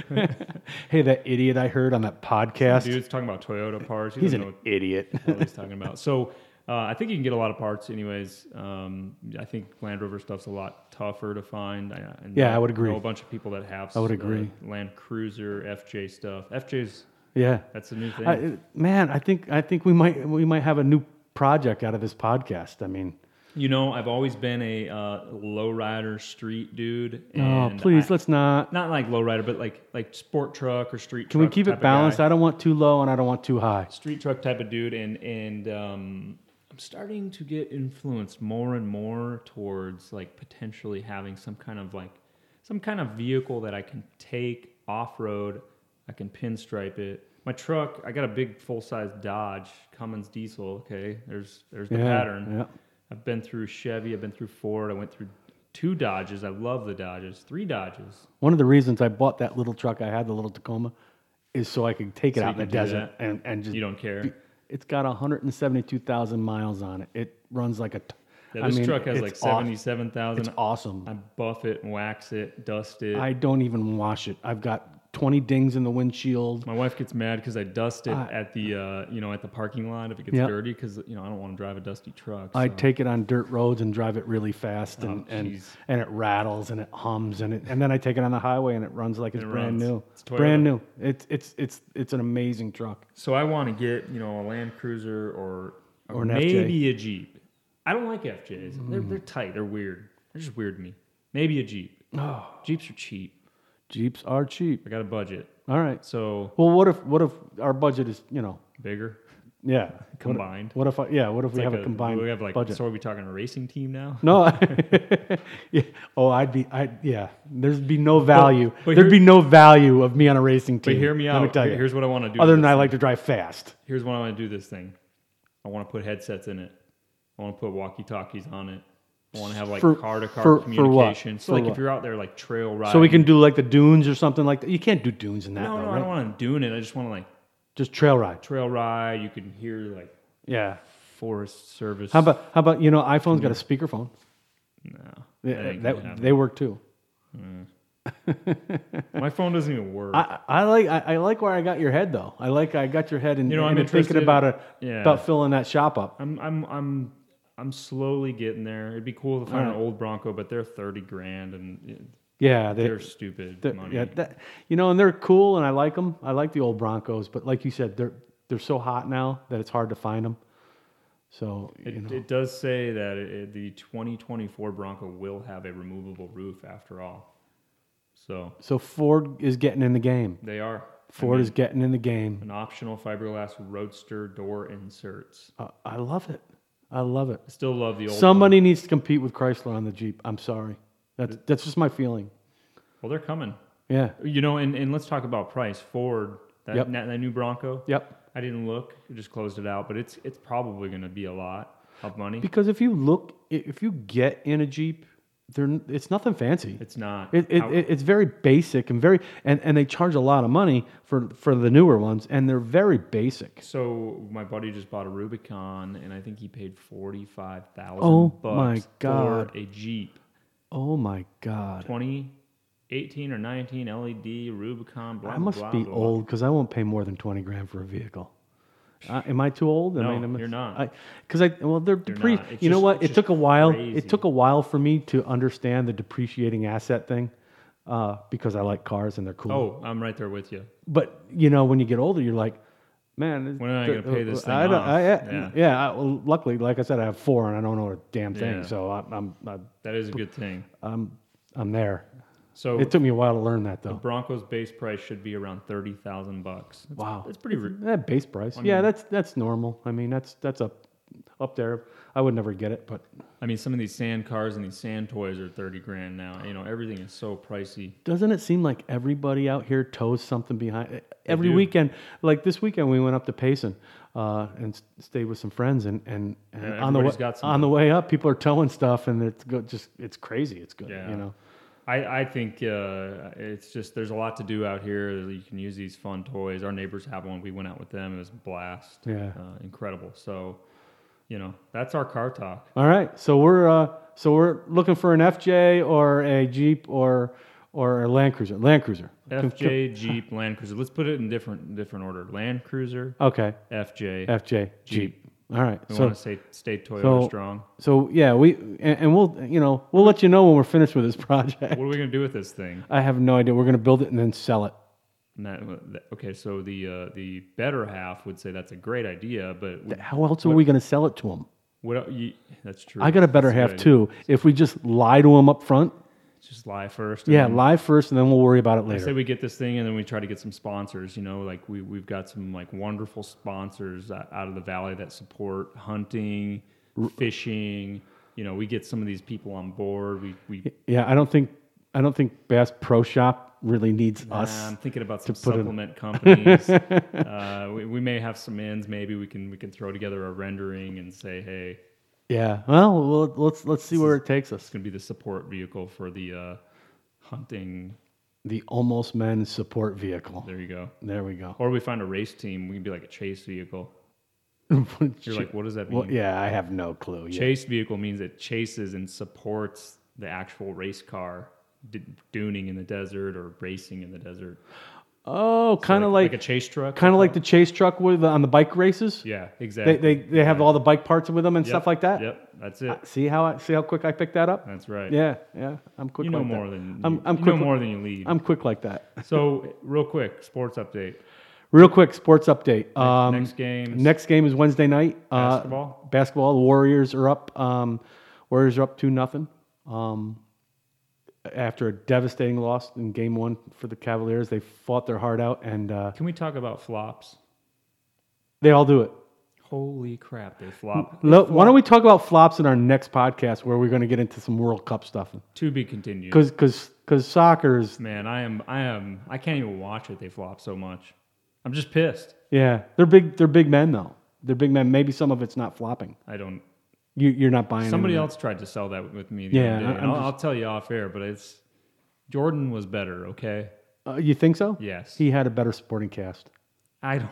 Speaker 1: *laughs*
Speaker 2: hey, that idiot I heard on that podcast.
Speaker 1: Dude's talking about Toyota parts. He
Speaker 2: he's
Speaker 1: doesn't
Speaker 2: an
Speaker 1: know *laughs*
Speaker 2: idiot.
Speaker 1: what the hell he's talking
Speaker 2: *laughs*
Speaker 1: about. So uh, I think you can get a lot of parts, anyways. Um, I think Land Rover stuff's a lot tougher to find. I, I
Speaker 2: Yeah,
Speaker 1: know-
Speaker 2: I would agree.
Speaker 1: Know a bunch of people that have. I
Speaker 2: would agree.
Speaker 1: Land Cruiser, FJ stuff. FJ's
Speaker 2: yeah,
Speaker 1: that's a new thing.
Speaker 2: I, man, I think I think we might we might have a new project out of this podcast. I mean,
Speaker 1: you know, I've always been a uh, lowrider street dude.
Speaker 2: oh
Speaker 1: and
Speaker 2: please,
Speaker 1: I-
Speaker 2: let's not.
Speaker 1: not like lowrider, but like like sport truck or street.
Speaker 2: Can we keep it balanced? I don't want too low and I don't want too high.
Speaker 1: street truck type of dude and and um I'm starting to get influenced more and more towards like potentially having some kind of like some kind of vehicle that I can take off road, I can pinstripe it, my truck, I got a big full size Dodge Cummins diesel. Okay, there's there's the
Speaker 2: Yeah,
Speaker 1: pattern.
Speaker 2: yeah.
Speaker 1: I've been through Chevy, I've been through Ford, I went through two Dodges. I love the Dodges, three Dodges.
Speaker 2: One of the reasons I bought that little truck I had, the little Tacoma, is so I could take it
Speaker 1: So
Speaker 2: out in
Speaker 1: you
Speaker 2: the
Speaker 1: can do
Speaker 2: desert
Speaker 1: that.
Speaker 2: and, and just.
Speaker 1: You don't care.
Speaker 2: be- It's got 172,000 miles on it. It runs like a. T-
Speaker 1: Yeah,
Speaker 2: I
Speaker 1: this
Speaker 2: mean,
Speaker 1: truck has
Speaker 2: it's
Speaker 1: like
Speaker 2: aw-
Speaker 1: seventy seven
Speaker 2: It's
Speaker 1: thousand.
Speaker 2: awesome.
Speaker 1: I buff it and wax it, dust it.
Speaker 2: I don't even wash it. I've got 20 dings in the windshield.
Speaker 1: my wife gets mad because I dust it
Speaker 2: I-
Speaker 1: at the uh, you know at the parking lot if it gets
Speaker 2: Yeah.
Speaker 1: dirty because you know I don't want to drive a dusty truck.
Speaker 2: I
Speaker 1: so.
Speaker 2: take it on dirt roads and drive it really fast, and, and,
Speaker 1: Oh, jeez.
Speaker 2: and it rattles and it hums and it, and then I take it on the highway and it runs like it's
Speaker 1: It
Speaker 2: brand
Speaker 1: runs.
Speaker 2: new.
Speaker 1: It's
Speaker 2: brand
Speaker 1: Toyota.
Speaker 2: new. It's it's it's it's an amazing truck.
Speaker 1: So I want to get you know a Land Cruiser or,
Speaker 2: Or an Mm.
Speaker 1: maybe a Jeep. I don't like FJs. They're they're tight. They're weird. They're just weird to me. Maybe a Jeep.
Speaker 2: Oh,
Speaker 1: Jeeps are cheap.
Speaker 2: Jeeps are cheap.
Speaker 1: I got a budget,
Speaker 2: All right.
Speaker 1: so
Speaker 2: Well, what if what if our budget is you know
Speaker 1: bigger
Speaker 2: yeah
Speaker 1: combined.
Speaker 2: What if I, yeah? What if we
Speaker 1: Like
Speaker 2: have a, combined
Speaker 1: We have like
Speaker 2: budget?
Speaker 1: so are we talking a racing team now? *laughs*
Speaker 2: No. *laughs* yeah. Oh, I'd be. I yeah. There'd be no value.
Speaker 1: but
Speaker 2: There'd
Speaker 1: here-
Speaker 2: be no value of me on a racing team.
Speaker 1: But hear me
Speaker 2: Let
Speaker 1: out.
Speaker 2: Me tell you.
Speaker 1: Here's what I want to do.
Speaker 2: Other
Speaker 1: with
Speaker 2: than
Speaker 1: this
Speaker 2: I
Speaker 1: thing.
Speaker 2: like to drive fast.
Speaker 1: here's what I want to do this thing. I want to put headsets in it. I want to put walkie talkies on it. I want to have like
Speaker 2: For-
Speaker 1: car to
Speaker 2: for-
Speaker 1: car
Speaker 2: for what?
Speaker 1: communication. So
Speaker 2: For
Speaker 1: like
Speaker 2: what?
Speaker 1: if you're out there like trail riding,
Speaker 2: So we can do like the dunes or something like that. You can't do dunes in that
Speaker 1: No,
Speaker 2: though,
Speaker 1: no, I
Speaker 2: right?
Speaker 1: don't want to do it. I just want to like
Speaker 2: Just trail ride.
Speaker 1: trail ride. You can hear like
Speaker 2: Yeah.
Speaker 1: Forest Service.
Speaker 2: How about how about you know iPhone's got a speakerphone.
Speaker 1: no? that
Speaker 2: Yeah,
Speaker 1: ain't gonna
Speaker 2: That,
Speaker 1: happen.
Speaker 2: they work too.
Speaker 1: My phone doesn't even work.
Speaker 2: I, I like I, I like where I got your head though. I like I got your head and
Speaker 1: You know, I'm
Speaker 2: thinking
Speaker 1: interested-
Speaker 2: about it
Speaker 1: Yeah.
Speaker 2: about filling that shop up.
Speaker 1: I'm I'm I'm I'm slowly getting there. It'd be cool to find
Speaker 2: Uh-huh.
Speaker 1: an old Bronco, but they're thirty grand and
Speaker 2: Yeah, they,
Speaker 1: they're stupid
Speaker 2: They're-
Speaker 1: money.
Speaker 2: Yeah, that, you know, and they're cool, and I like them. I like the old Broncos, but like you said, they're they're so hot now that it's hard to find them. So
Speaker 1: It,
Speaker 2: you know,
Speaker 1: it does say that it, it- the 2024 Bronco will have a removable roof after all. So
Speaker 2: so Ford is getting in the game.
Speaker 1: they are
Speaker 2: Ford is getting in the game.
Speaker 1: an optional fiberglass roadster door inserts.
Speaker 2: Uh, I love it. I love it.
Speaker 1: I still love the old.
Speaker 2: Somebody needs to compete with Chrysler on the Jeep. I'm sorry. That's that's just my feeling.
Speaker 1: Well, they're coming.
Speaker 2: Yeah.
Speaker 1: You know, and, and let's talk about price. Ford, that,
Speaker 2: Yep.
Speaker 1: that, that new Bronco.
Speaker 2: Yep.
Speaker 1: I didn't look. I just closed it out, but it's it's probably going to be a lot of money.
Speaker 2: Because if you look, i- if you get in a Jeep, they're, n- it's nothing fancy.
Speaker 1: It's not.
Speaker 2: It, it,
Speaker 1: How-
Speaker 2: it, it's very basic and very and, and they charge a lot of money for for the newer ones and they're very basic.
Speaker 1: So my buddy just bought a Rubicon, and I think he paid forty five thousand.
Speaker 2: Oh
Speaker 1: bucks
Speaker 2: my
Speaker 1: For
Speaker 2: God.
Speaker 1: a Jeep,
Speaker 2: Oh my god.
Speaker 1: twenty eighteen or nineteen LED Rubicon. Blah,
Speaker 2: I
Speaker 1: blah,
Speaker 2: must
Speaker 1: blah,
Speaker 2: be
Speaker 1: blah.
Speaker 2: old cuz I won't pay more than 20 grand for a vehicle. Uh, am I too old? I
Speaker 1: No,
Speaker 2: am I-
Speaker 1: you're not.
Speaker 2: I, Cuz I well they're depre-
Speaker 1: not.
Speaker 2: you
Speaker 1: It's
Speaker 2: know
Speaker 1: just-
Speaker 2: what?
Speaker 1: it's
Speaker 2: It took a
Speaker 1: just
Speaker 2: while.
Speaker 1: crazy.
Speaker 2: It took a while for me to understand the depreciating asset thing. Uh, because I like cars and they're cool.
Speaker 1: Oh, I'm right there with you.
Speaker 2: But you know, when you get older, you're like, man,
Speaker 1: When am I
Speaker 2: th-
Speaker 1: gonna pay this thing
Speaker 2: I don't-
Speaker 1: off?
Speaker 2: I- I-
Speaker 1: Yeah.
Speaker 2: yeah, I- well, luckily, like I said, I have four, and I don't own a damn thing,
Speaker 1: Yeah.
Speaker 2: so I, I'm I'm
Speaker 1: That is a good thing.
Speaker 2: I'm I'm there.
Speaker 1: So
Speaker 2: It took me a while to learn that though.
Speaker 1: Broncos base price should be around thirty thousand bucks. That's-
Speaker 2: Wow.
Speaker 1: that's pretty. Re-
Speaker 2: That base price, yeah, that's that's normal. I mean, that's that's up up there. I would never get it, but
Speaker 1: I mean, some of these sand cars and these sand toys are thirty grand now. You know, everything is so pricey.
Speaker 2: doesn't it seem like everybody out here tows something behind eh, every
Speaker 1: do.
Speaker 2: weekend? Like this weekend, we went up to Payson uh, and s- stayed with some friends, and and, and
Speaker 1: Yeah,
Speaker 2: on the way
Speaker 1: everybody's got
Speaker 2: on the way up, people are towing stuff, and it's go, just it's crazy. It's good,
Speaker 1: Yeah.
Speaker 2: you know.
Speaker 1: I, I think uh, it's just there's a lot to do out here. You can use these fun toys. Our neighbors have one. We went out with them. It was a blast.
Speaker 2: Yeah.
Speaker 1: uh, incredible. So, you know, that's our car talk.
Speaker 2: All right, so we're uh, so we're looking for an FJ or a Jeep or or a Land Cruiser. Land Cruiser. Com- com-
Speaker 1: FJ, Jeep, Land Cruiser. Let's put it in different different order. Land Cruiser,
Speaker 2: Okay,
Speaker 1: FJ.
Speaker 2: FJ Jeep. All right,
Speaker 1: we
Speaker 2: so
Speaker 1: want to say stay Toyota
Speaker 2: so-
Speaker 1: strong.
Speaker 2: so yeah, we and, and we'll you know we'll let you know when we're finished with this *laughs* project.
Speaker 1: What are we gonna do with this thing?
Speaker 2: I have no idea. We're going to build it and then sell it.
Speaker 1: And that- okay, so the uh, the better half would say that's a great idea, but we-
Speaker 2: How else are we going to sell it to them?
Speaker 1: what you, that's true.
Speaker 2: I got a better
Speaker 1: That's
Speaker 2: half
Speaker 1: good.
Speaker 2: too. If we just lie to them up front,
Speaker 1: Just lie first. and
Speaker 2: yeah,
Speaker 1: then-
Speaker 2: lie first, and then we'll worry about it
Speaker 1: Mm-hmm. I say
Speaker 2: later.
Speaker 1: we get this thing and then we try to get some sponsors. You know, like we we've got some like wonderful sponsors o- out of the valley that support hunting, fishing. You know, we get some of these people on board. We we
Speaker 2: Yeah, I don't think I don't think Bass Pro Shop really needs
Speaker 1: Uh,
Speaker 2: us.
Speaker 1: I'm thinking about some
Speaker 2: put in- *laughs*
Speaker 1: supplement companies. uh, we, we may have some ends. Maybe we can we can throw together a rendering and say, hey,
Speaker 2: Yeah. Well, we'll let's let's see where it takes us.
Speaker 1: it's going to be the support vehicle for the uh, hunting.
Speaker 2: The almost men support vehicle.
Speaker 1: There you go.
Speaker 2: There we go.
Speaker 1: Or we find a race team. We can be like a chase
Speaker 2: *laughs*
Speaker 1: vehicle. You're like, what does that mean?
Speaker 2: well, yeah, I have no clue. Yeah.
Speaker 1: Chase vehicle means it chases and supports the actual race car d- duning in the desert or racing in the desert.
Speaker 2: Oh, kind of like,
Speaker 1: a chase truck.
Speaker 2: kind of like the chase truck with on the bike races.
Speaker 1: yeah,
Speaker 2: They,
Speaker 1: exactly.
Speaker 2: they they have all the bike parts with them and
Speaker 1: Yep,
Speaker 2: stuff like that. Uh,
Speaker 1: Yep, that's it.
Speaker 2: See how I, see how quick I picked that up?
Speaker 1: That's right.
Speaker 2: Yeah, yeah. I'm quick.
Speaker 1: you know
Speaker 2: like
Speaker 1: more
Speaker 2: that.
Speaker 1: than
Speaker 2: I'm-
Speaker 1: you,
Speaker 2: I'm
Speaker 1: you know
Speaker 2: quick-
Speaker 1: more than you lead.
Speaker 2: I'm quick like that.
Speaker 1: so real quick, sports update.
Speaker 2: Real quick, sports update. Um,
Speaker 1: Next game.
Speaker 2: Next game is Wednesday night. Uh,
Speaker 1: Basketball?
Speaker 2: basketball. The Warriors are up. Um, Warriors are up two nothing. Um, after a devastating loss in Game One for the Cavaliers, they fought their heart out, and uh,
Speaker 1: Can we talk about flops?
Speaker 2: they all do it.
Speaker 1: Holy crap, they flop.
Speaker 2: Lo- why don't we talk about flops in our next podcast, where we're going to get into some World Cup stuff?
Speaker 1: to be continued.
Speaker 2: Because because because soccer is
Speaker 1: Man, I am, I am, I can't even watch it. They flop so much. I'm just pissed.
Speaker 2: yeah, they're big they're big men though. They're big men. Maybe some of it's not flopping.
Speaker 1: I don't.
Speaker 2: You you're not buying
Speaker 1: Somebody
Speaker 2: into that.
Speaker 1: else tried to sell that with me. The
Speaker 2: Mm. Yeah,
Speaker 1: other day,
Speaker 2: I-
Speaker 1: and
Speaker 2: I'm
Speaker 1: I'll,
Speaker 2: just-
Speaker 1: I'll tell you off air, but it's Jordan was better. Okay.
Speaker 2: Uh, you think so?
Speaker 1: Yes.
Speaker 2: He had a better sporting cast.
Speaker 1: I
Speaker 2: *laughs*
Speaker 1: don't.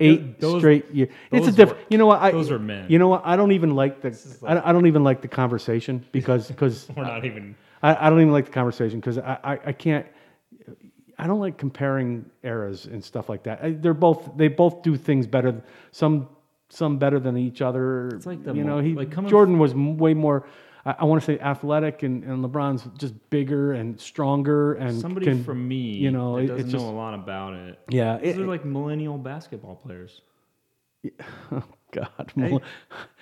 Speaker 2: Eight straight years. It's a
Speaker 1: those
Speaker 2: different.
Speaker 1: were-
Speaker 2: You know what? I,
Speaker 1: those are men.
Speaker 2: You know what? I don't even like the. I, don't- I don't even like
Speaker 1: *laughs*
Speaker 2: the conversation because because
Speaker 1: We're not
Speaker 2: *laughs*
Speaker 1: even.
Speaker 2: I, I don't even like the conversation because I, I I can't. I don't like comparing eras and stuff like that. I, they're both they both do things better. Some some better than each other. It's
Speaker 1: like the
Speaker 2: you know
Speaker 1: mo-
Speaker 2: he
Speaker 1: like coming
Speaker 2: Jordan was m- way more. I, I want to say athletic and, and LeBron's just bigger and stronger and
Speaker 1: Somebody
Speaker 2: can-
Speaker 1: from me,
Speaker 2: you know,
Speaker 1: that
Speaker 2: it-
Speaker 1: doesn't
Speaker 2: it's
Speaker 1: know
Speaker 2: just-
Speaker 1: a lot about it.
Speaker 2: Yeah,
Speaker 1: These
Speaker 2: it- *laughs*
Speaker 1: are like millennial basketball players.
Speaker 2: oh, God.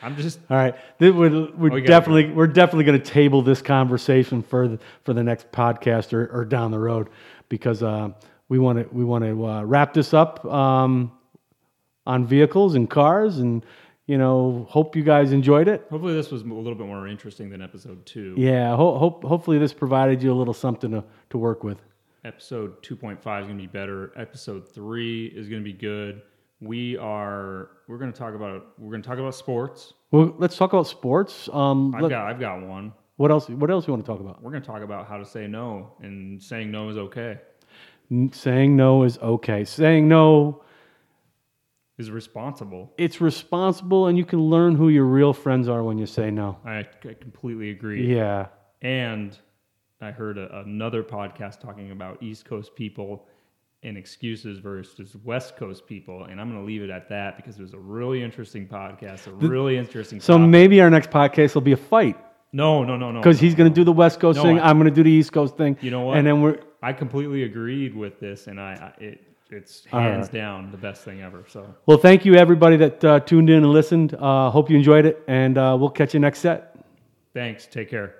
Speaker 1: I'm just
Speaker 2: All right, Th- we're, we're
Speaker 1: gotta
Speaker 2: definitely we're definitely going to table this conversation for the, for the next podcast or, or down the road because uh, we want to we want to uh, wrap this up um, on vehicles and cars and you know hope you guys enjoyed it.
Speaker 1: hopefully this was a little bit more interesting than episode two.
Speaker 2: Yeah, ho- hope hopefully this provided you a little something to, to work with.
Speaker 1: Episode 2.5 is going to be better. Episode 3 is going to be good. We are we're going to talk about we're going to talk about sports.
Speaker 2: Well, let's talk about sports. Um,
Speaker 1: I've
Speaker 2: let-
Speaker 1: got I've got one.
Speaker 2: what else? What else we want to talk about?
Speaker 1: We're going to talk about how to say no and saying no is okay.
Speaker 2: N- saying no is okay. Saying no
Speaker 1: Is responsible.
Speaker 2: it's responsible and you can learn who your real friends are when you say no.
Speaker 1: I c- completely agree.
Speaker 2: Yeah.
Speaker 1: And I heard a, another podcast talking about East Coast people and excuses versus West Coast people, and I'm going to leave it at that because it was a really interesting podcast, a really interesting.
Speaker 2: So
Speaker 1: topic.
Speaker 2: maybe our next podcast will be a fight
Speaker 1: no, no, no, no,
Speaker 2: because he's
Speaker 1: no,
Speaker 2: going
Speaker 1: no.
Speaker 2: to do the West Coast
Speaker 1: No,
Speaker 2: thing.
Speaker 1: I-
Speaker 2: I, am going to do the East Coast thing.
Speaker 1: You know what?
Speaker 2: And then we're
Speaker 1: I completely agreed with this, and I, I it it's
Speaker 2: All right.
Speaker 1: hands down the best thing ever. So
Speaker 2: well. Thank you everybody that uh, tuned in and listened. Uh, hope you enjoyed it, and uh, we'll catch you next set.
Speaker 1: thanks, take care.